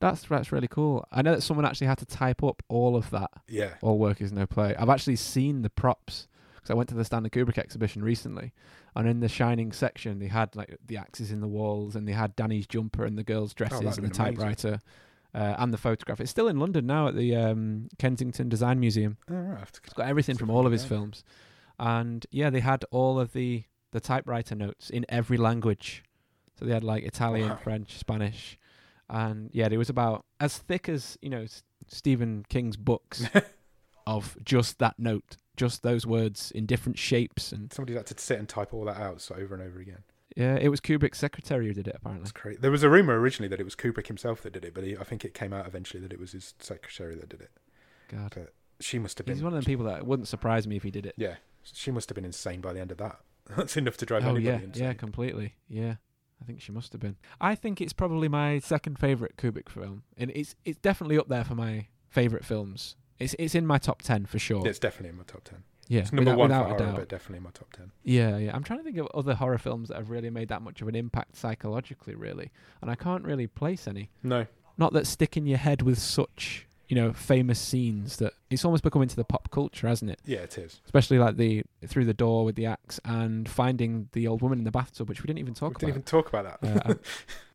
That's that's really cool. I know that someone actually had to type up all of that. yeah, All work is no play. I've actually seen the props because I went to the Stanley Kubrick exhibition recently, and in the Shining section they had like the axes in the walls, and they had Danny's jumper and the girls' dresses Oh, that'd and the have been typewriter. Uh, and the photograph. It's still in London now at the um, Kensington Design Museum. All right, I have to- It's got everything It's from a all of his fantastic. films, and yeah, they had all of the the typewriter notes in every language. So they had like Italian, Wow. French, Spanish, and yeah, it was about as thick as you know S- Stephen King's books of just that note, just those words in different shapes, and Somebody had to sit and type all that out so over and over again. yeah, it was Kubrick's secretary who did it apparently. That's crazy. There was a rumor originally that it was Kubrick himself that did it, but he, I think it came out eventually that it was his secretary that did it. God, She must have he's been. one of them people that it wouldn't surprise me if he did it. Yeah, she must have been insane by the end of that. That's enough to drive oh anybody yeah, insane. yeah, completely. Yeah, I think she must have been. I think it's probably my second favorite Kubrick film, and it's it's definitely up there for my favorite films. It's it's in my top ten for sure. It's definitely in my top ten. yeah, It's number without, one without for a horror, doubt. but definitely in my top ten. Yeah, yeah. I'm trying to think of other horror films that have really made that much of an impact psychologically, really, and I can't really place any. No, Not that stick in your head with such you know famous scenes that it's almost become into the pop culture, hasn't it? yeah, it is. Especially like the through the door with the axe and finding the old woman in the bathtub, which we didn't even talk we didn't about. even talk about that. Uh, I-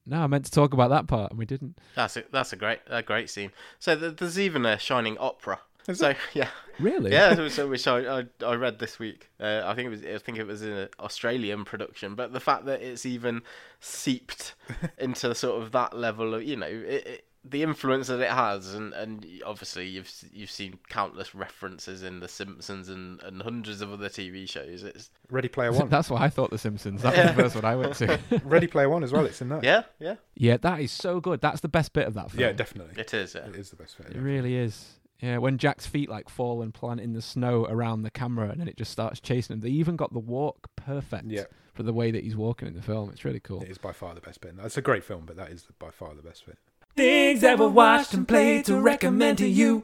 no, I meant to talk about that part and we didn't. That's a that's a great a great scene. So th- there's even a Shining opera. Is so yeah, Really? yeah. So, so which I, I I read this week. Uh, I think it was I think it was in an Australian production. But the fact that it's even seeped uh, into sort of that level of you know it, it, the influence that it has, and and obviously you've s- you've seen countless references in The Simpsons and and hundreds of other TV shows. It's Ready Player One. That's what I thought The Simpsons. That was the first one I went to. Ready Player One as well. It's in that. yeah yeah yeah, that is so good. That's the best bit of that film. Yeah, definitely. it is yeah. It is the best fit. It really is. Yeah, when Jack's feet like fall and plant in the snow around the camera and then it just starts chasing him. They even got the walk perfect Yeah. for the way that he's walking in the film. It's really cool. It is by far the best bit. It's a great film, but that is by far the best bit. Things ever watched and played to recommend to you.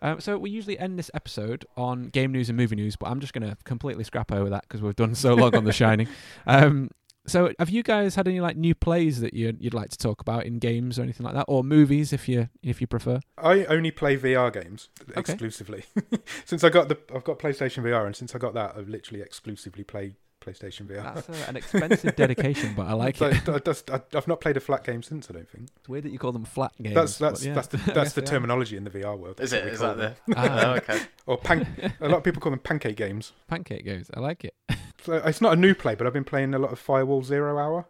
Um, so we usually end this episode on game news and movie news, but I'm just going to completely scrap over that because we've done so long on The Shining. Um, So, have you guys had any like new plays that you you'd like to talk about in games or anything like that, or movies if you if you prefer? I only play VR games exclusively. since I got the, I've got PlayStation VR, and since I got that, I've literally exclusively played PlayStation VR. That's uh, an expensive dedication, but I like So it. I, just- I, have not played a flat game since. I don't think It's weird that you call them flat games. that's but that's yeah. that's the, I that's guess the they are. terminology in the VR world. That's Is it? what we Is call that the? Ah, Oh, okay. Or pan- a lot of people call them pancake games. pancake games. I like it. So it's not a new play, but I've been playing a lot of Firewall Zero Hour.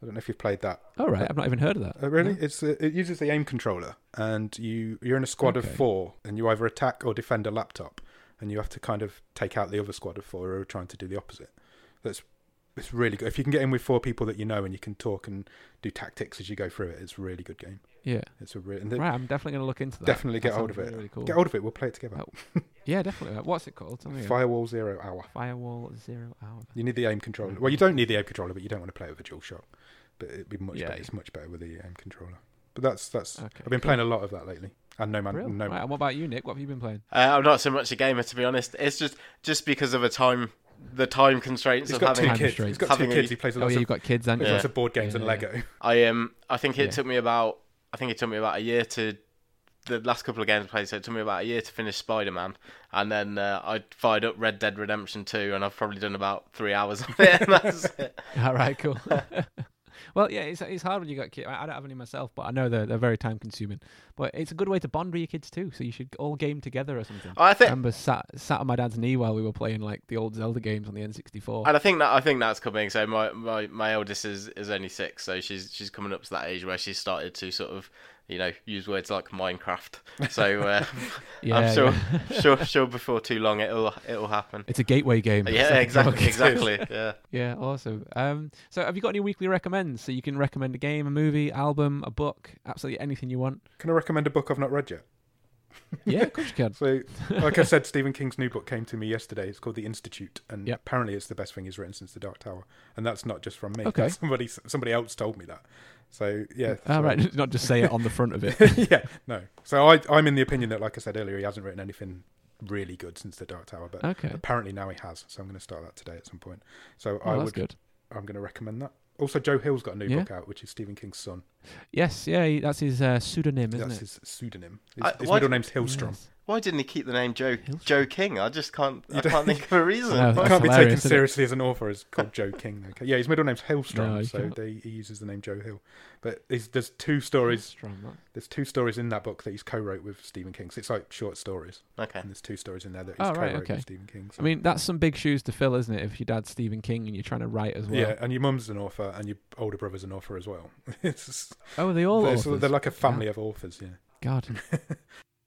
I don't know if you've played that. All right, I've not even heard of that. Uh, really, No. it's uh, it uses the aim controller, and you you're in a squad Okay. of four, and you either attack or defend a laptop, and you have to kind of take out the other squad of four who are trying to do the opposite. That's it's really good. If you can get in with four people that you know and you can talk and do tactics as you go through it, it's a really good game. Yeah. It's a really and the- Right, I'm definitely going to look into that. definitely That get hold sounds of it. Really, really cool. Get hold of it. We'll play it together. Oh, Yeah, definitely. What's it called? Tell me. again. Firewall Zero Hour. Firewall Zero Hour. You need the aim Mm-hmm. controller. Well, you don't need the aim controller, but you don't want to play it with a dual shot. But it'd be much Yeah. better. It's much better with the aim controller. But that's that's. Okay, I've been cool. playing a lot of that lately. And no man, Real. no Right, and what about you, Nick? What have you been playing? Uh, I'm not so much a gamer to be honest. It's just just because of a time, the time constraints He's of got two having. Time kids. restraint. He's got two Having a- kids. He plays Oh, lots yeah, of you've got kids, and plays lots of board games Yeah, and yeah, Lego. I um I think it Yeah. took me about I think it took me about a year to the last couple of games I played. So it took me about a year to finish Spider Man, and then uh, I fired up Red Dead Redemption Two, and I've probably done about three hours of it. And that's it. All right, cool. well, yeah, it's it's hard when you got kids. I I don't have any myself, but I know they're they're very time consuming. But it's a good way to bond with your kids too. So you should all game together or something. I I think remember sat sat on my dad's knee while we were playing like the old Zelda games on the N64. And I think that I think that's coming. So my, my, my eldest is, is only six, so she's she's coming up to that age where she started to sort of, you know, use words like Minecraft. So uh, yeah, I'm sure, yeah. sure sure before too long it'll it'll happen. It's a gateway game. Yeah, So- exactly, exactly. Yeah. Yeah, awesome. Um, so have you got any weekly recommends? So you can recommend a game, a movie, album, a book, absolutely anything you want. Can I recommend a book I've not read yet? Yeah, of course you can. So, like I said, Stephen King's new book came to me yesterday. It's called The Institute, and Yep. apparently it's the best thing he's written since The Dark Tower. And that's not just from me. Okay. Somebody somebody else told me that. So yeah. All so- right, not just say it on the front of it. yeah. No. So I I'm in the opinion that, like I said earlier, he hasn't written anything really good since The Dark Tower, but Okay. apparently now he has. So I'm going to start that today at some point. So Oh, I that's would. good. I'm going to recommend that. Also, Joe Hill's got a new Yeah. book out, which is Stephen King's son. Yes, yeah, he- that's his uh, pseudonym, isn't That's it? Mm. his pseudonym. His, I- his why middle d- name's Hillstrom. Yes. Why didn't he keep the name Joe Hillsong. Joe King? I just can't I don't- can't think of a reason. No, I That's can't be taken hilarious, isn't it? seriously as an author as called Joe King. Okay. Yeah, his middle name's Hillstrom, No, you so can't. they, he uses the name Joe Hill. But there's, there's two stories. Strong, that. There's two stories in that book that he's co-wrote with Stephen King. So it's like short stories, Okay. and there's two stories in there that he's Oh, right, co-wrote okay. with Stephen King. So- I mean, that's some big shoes to fill, isn't it? If your dad's Stephen King and you're trying to write as well. yeah, and your mum's an author, and your older brother's an author as well. it's just, Oh, are they all they're, authors? so they're like a family of authors. Yeah, God,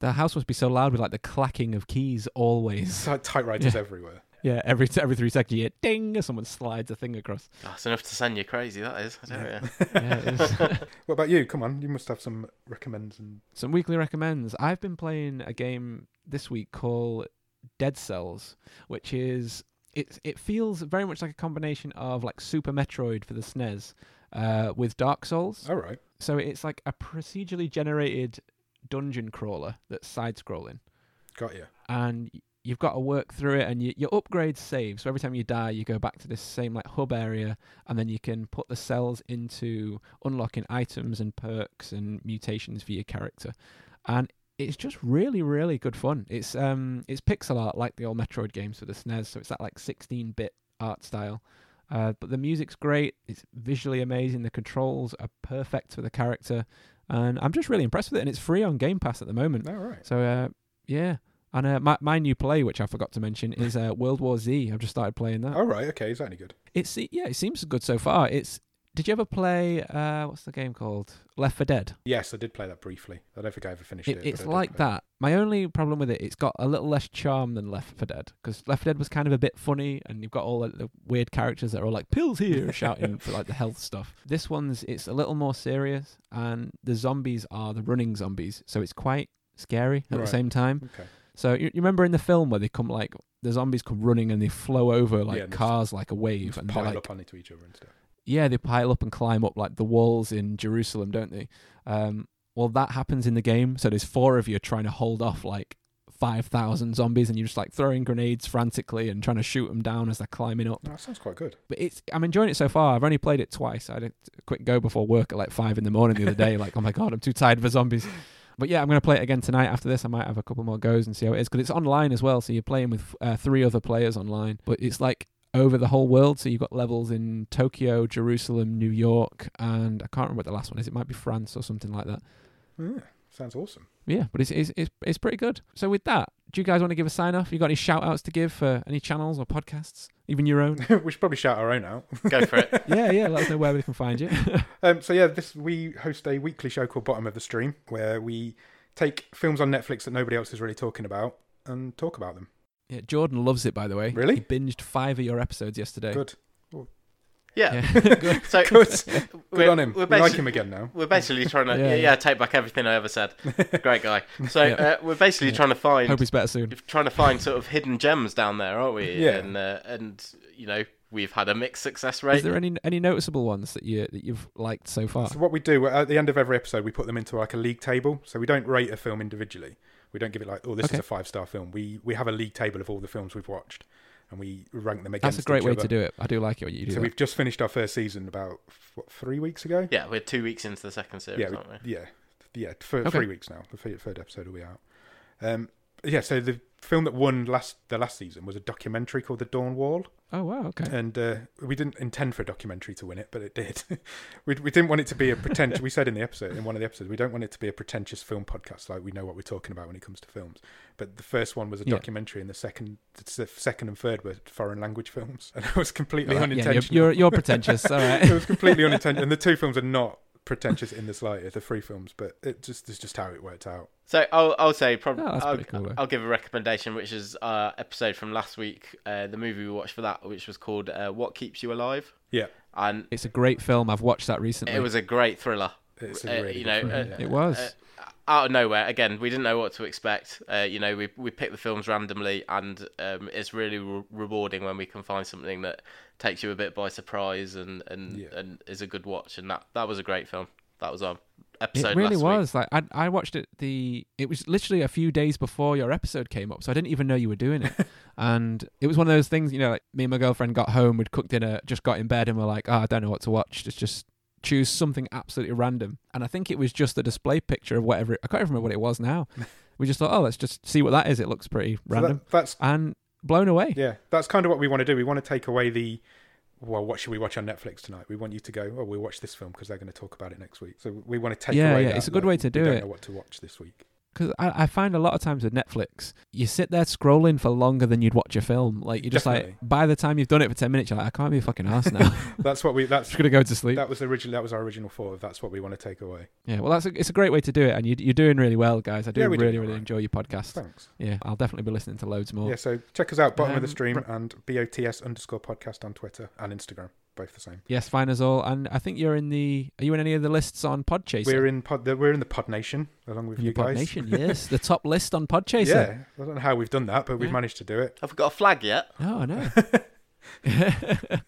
the house must be so loud with like the clacking of keys it's always. like typewriters everywhere. Yeah, every t- every three seconds you hear ding, someone slides a thing across. Oh, it's enough to send you crazy, that is. I don't know. Yeah, it is. What about you? Come on, you must have some recommends and Some weekly recommends. I've been playing a game this week called Dead Cells, which is it. It feels very much like a combination of like Super Metroid for the SNES uh, with Dark Souls. all right. So it's like a procedurally generated dungeon crawler that's side scrolling, Got you. and y- you've got to work through it. And you, your upgrades save, so every time you die, you go back to this same like hub area, and then you can put the cells into unlocking items and perks and mutations for your character. And it's just really, really good fun. It's um, it's pixel art like the old Metroid games for the SNES, so it's that like 16-bit art style. Uh, but the music's great. It's visually amazing. The controls are perfect for the character, and I'm just really impressed with it. And it's free on Game Pass at the moment. All Oh, right. So uh, yeah, and uh, my my new play, which I forgot to mention, is uh, World War Z. I've just started playing that. All Oh, right. Okay. Is that any good? It's yeah, it seems good so far. It's did you ever play uh, what's the game called Left for Dead? Yes, I did play that briefly. I don't think I ever finished it. It, but I it's did like play it. that. My only problem with it, it's got a little less charm than Left 4 Dead because Left 4 Dead was kind of a bit funny, and you've got all the, the weird characters that are all like pills here shouting for like the health stuff. This one's it's a little more serious, and the zombies are the running zombies, so it's quite scary at the Right. same time. Okay. So you, you remember in the film where they come like the zombies come running and they flow over like Yeah, and they cars like a wave, Just and pile they're like up onto each other and stuff. yeah, they pile up and climb up like the walls in Jerusalem, don't they? Um, well, that happens in the game. So there's four of you trying to hold off like 5,000 zombies and you're just like throwing grenades frantically and trying to shoot them down as they're climbing up. Oh, That sounds quite good. But it's I'm enjoying it so far. I've only played it twice. I had a quick go before work at like 5 in the morning the other day. Like, oh my God, I'm too tired for zombies. But yeah, I'm going to play it again tonight after this. I might have a couple more goes and see how it is because it's online as well. So you're playing with uh, three other players online. But it's like over the whole world. So you've got levels in Tokyo, Jerusalem, New York, and I can't remember what the last one is. It might be France or something like that. Yeah, sounds awesome. Yeah, but it's it's it's, it's pretty good. So with that, do you guys want to give a sign off? You got any shout outs to give for any channels or podcasts, even your own? we should probably shout our own out. Go for it. yeah, yeah. Let us know where we can find you. Um, so yeah, this we host a weekly show called Bottom of the Stream, where we take films on Netflix that nobody else is really talking about and talk about them. yeah, Jordan loves it by the way. Really? He binged five of your episodes yesterday. Good, Yeah. Yeah. Good. So good, good we're- on him. We we're like basi- him again now. We're basically trying to Yeah. yeah, take back everything I ever said. Great guy. So Yeah. uh, we're basically trying to find Hope he's better soon. trying to find sort of hidden gems down there, aren't we? Yeah. And uh, and you know we've had a mixed success Is rate. there any any noticeable ones that you that you've liked so far? So what we do at the end of every episode, we put them into like a league table. So we don't rate a film individually. We don't give it like, oh, this Okay. is a five star film. We we have a league table of all the films we've watched, and we rank them against. That's a great each way other. to do it. I do like it when you do So that. we've just finished our first season about what, three weeks ago. Yeah, we're two weeks into the second series, yeah, aren't we? yeah, yeah. For Okay. three weeks now, the third, third episode will be out. Um, yeah, so the film that won last the last season was a documentary called The Dawn Wall, Oh wow, okay. and uh, we didn't intend for a documentary to win it, but it did. we, we didn't want it to be a pretentious. we said in the episode, in one of the episodes, we don't want it to be a pretentious film podcast. Like we know what we're talking about when it comes to films. But the first one was a Yeah. documentary, and the second, the second and third were foreign language films, and it was completely All right, yeah, unintentional you're, you're you're pretentious. All it right. was completely unintentional. And the two films are not pretentious in the slightest. The three films, but it just is just how it worked out. So I'll, I'll say probably Oh, that's I'll, pretty cool, though. I'll give a recommendation, which is uh episode from last week, uh, the movie we watched for that, which was called uh, "What Keeps You Alive," Yeah, and It's a great film. I've watched that recently. it was a great thriller. it's Uh, a really you good know, film, uh, yeah. It was. uh, out of nowhere again we didn't know what to expect uh, you know we we pick the films randomly and um, it's really re- rewarding when we can find something that takes you a bit by surprise and and, Yeah. and is a good watch and that that was a great film that was our episode It really last week. was. Like I, I watched it. The it was literally a few days before your episode came up, so I didn't even know you were doing it. and it was one of those things, you know, like me and my girlfriend got home, we'd cooked dinner, just got in bed, and we're like, oh, I don't know what to watch. Let's just choose something absolutely random. And I think it was just the display picture of whatever. It, I can't remember what it was now. we just thought, oh, let's just see what that is. It looks pretty So that- random, that's and blown away. yeah, that's kind of what we want to do. We want to take away the well, what should we watch on Netflix tonight? We want you to go. Oh, we'll watch this film because they're going to talk about it next week. So we want to take Yeah, away. yeah, that, it's a good like, way to we do don't it. Know what to watch this week? Because I, I find a lot of times with Netflix, you sit there scrolling for longer than you'd watch a film. Like you're just Definitely. like, by the time you've done it for ten minutes, you're like, I can't be a fucking ass now. That's what we. That's just gonna go to sleep. that was originally that was our original thought. Of that's what we want to take away. yeah, well, that's a, it's a great way to do it, and you, you're doing really well, guys. I do Yeah, we do really, all really right. enjoy your podcast. Thanks. Yeah, I'll definitely be listening to loads more. Yeah, so check us out, bottom of the Um, stream br- and BOTS underscore podcast on Twitter and Instagram, both the same. Yes, fine as all, and I think you're in the. Are you in any of the lists on Podchaser? We're in pod, the, we're in the Pod Nation along with In you the Pod guys. Nation, yes, the top list on Podchaser. Yeah, I don't know how we've done that, but we've Yeah. managed to do it. have we got a flag yet No, I know. We- Oh,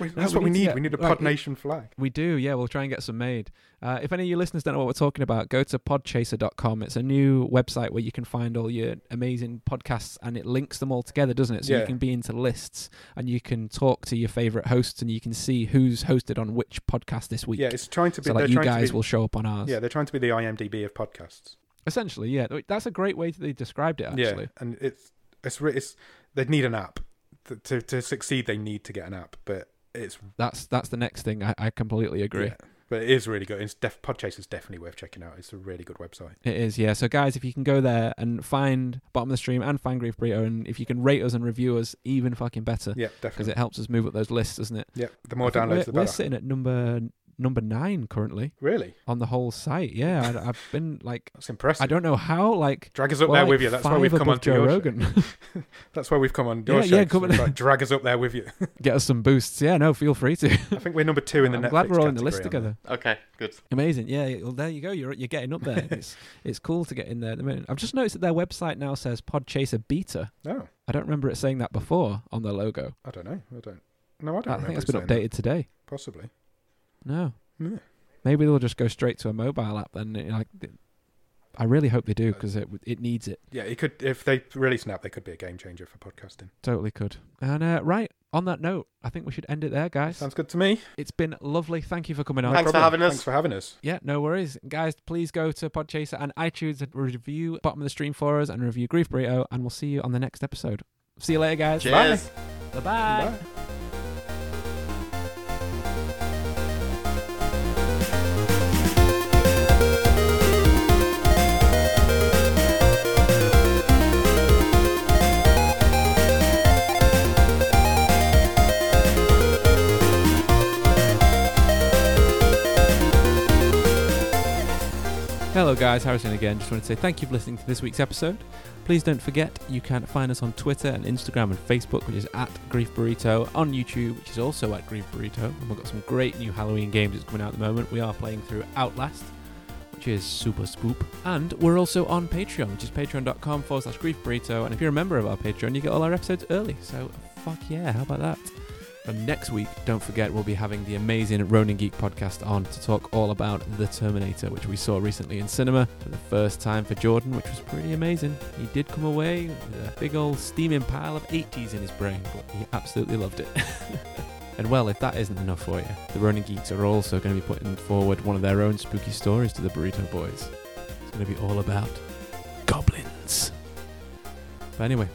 No, That's we what need to we need. get- We need a right, Pod it- Nation flag. We do, yeah. We'll try and get some made. Uh, if any of your listeners don't know what we're talking about, go to podchaser.com. It's a new website where you can find all your amazing podcasts and it links them all together, doesn't it? So you Yeah. can be into lists and you can talk to your favorite hosts and you can see who's hosted on which podcast this week. Yeah, it's trying to be. so they're like you trying guys to be, will show up on ours. Yeah, they're trying to be the IMDb of podcasts. Essentially, yeah. Th- That's a great way that they described it, Yeah, actually. and it's it's re- it's they need an app to, to to succeed. They need to get an app, but it's That's that's the next thing. I, I completely agree. yeah, but it is really good. It's def, Podchaser's definitely worth checking out. It's a really good website. It is, yeah. So, guys, if you can go there and find Bottom of the Stream and find Grief Burrito, and if you can rate us and review us, even fucking better. Yeah, because definitely. it helps us move up those lists, doesn't it? Yeah, the more I think downloads, the we're, we're better. sitting at number number nine currently Really, on the whole site. Yeah, I, I've been like, that's impressive. I don't know how, like, Drag us up we're there like with you. That's why five we've come above on to Joe your show. Rogan. That's why we've come on your Yeah, show. yeah, 'cause come on. it's like, drag us up there with you. Get us some boosts. Yeah, no, feel free to. I think we're number two in the I'm Netflix. glad we're all in the category list on together. okay good Amazing. Yeah. Well, there you go. You're you're getting up there. it's it's cool to get in there. at the minute. I've just noticed that their website now says Podchaser Beta. that. No, I don't remember it saying that before on the logo. I don't know. I don't. No, I don't. I, think remember it's been saying that. updated today. Possibly. No. Yeah. Maybe they'll just go straight to a mobile app then. you know, Like, th- I really hope they do because it it needs it. Yeah, it could if they really snap, they could be a game changer for podcasting. Totally could. And uh, right on that note, I think we should end it there, guys. Sounds good to me. It's been lovely. Thank you for coming on. Thanks for having us. Thanks for having us. Yeah, no worries. Guys, please go to Podchaser and iTunes and review Bottom of the Stream for us and review Grief Burrito, and we'll see you on the next episode. See you later, guys. Cheers. Bye. Bye. Bye-bye. Hello, guys. Harrison again. Just wanted to say thank you for listening to this week's episode. Please don't forget you can find us on Twitter and Instagram and Facebook, which is at Grief Burrito, on YouTube, which is also at Grief Burrito. And we've got some great new Halloween games that's coming out at the moment. We are playing through Outlast, which is super spoop. And we're also on Patreon, which is patreon.com forward slash Grief Burrito. And if you're a member of our Patreon, you get all our episodes early. So fuck yeah, how about that? And next week, don't forget, we'll be having the amazing Ronin Geek podcast on to talk all about The Terminator, which we saw recently in cinema for the first time for Jordan, which was pretty amazing. He did come away with a big old steaming pile of 80s in his brain, but he absolutely loved it. and well, if that isn't enough for you, the Ronin Geeks are also going to be putting forward one of their own spooky stories to the Burrito Boys. It's going to be all about goblins. But anyway,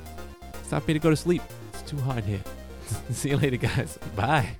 it's time for me to go to sleep. It's too hot in here. See you later, guys. Bye.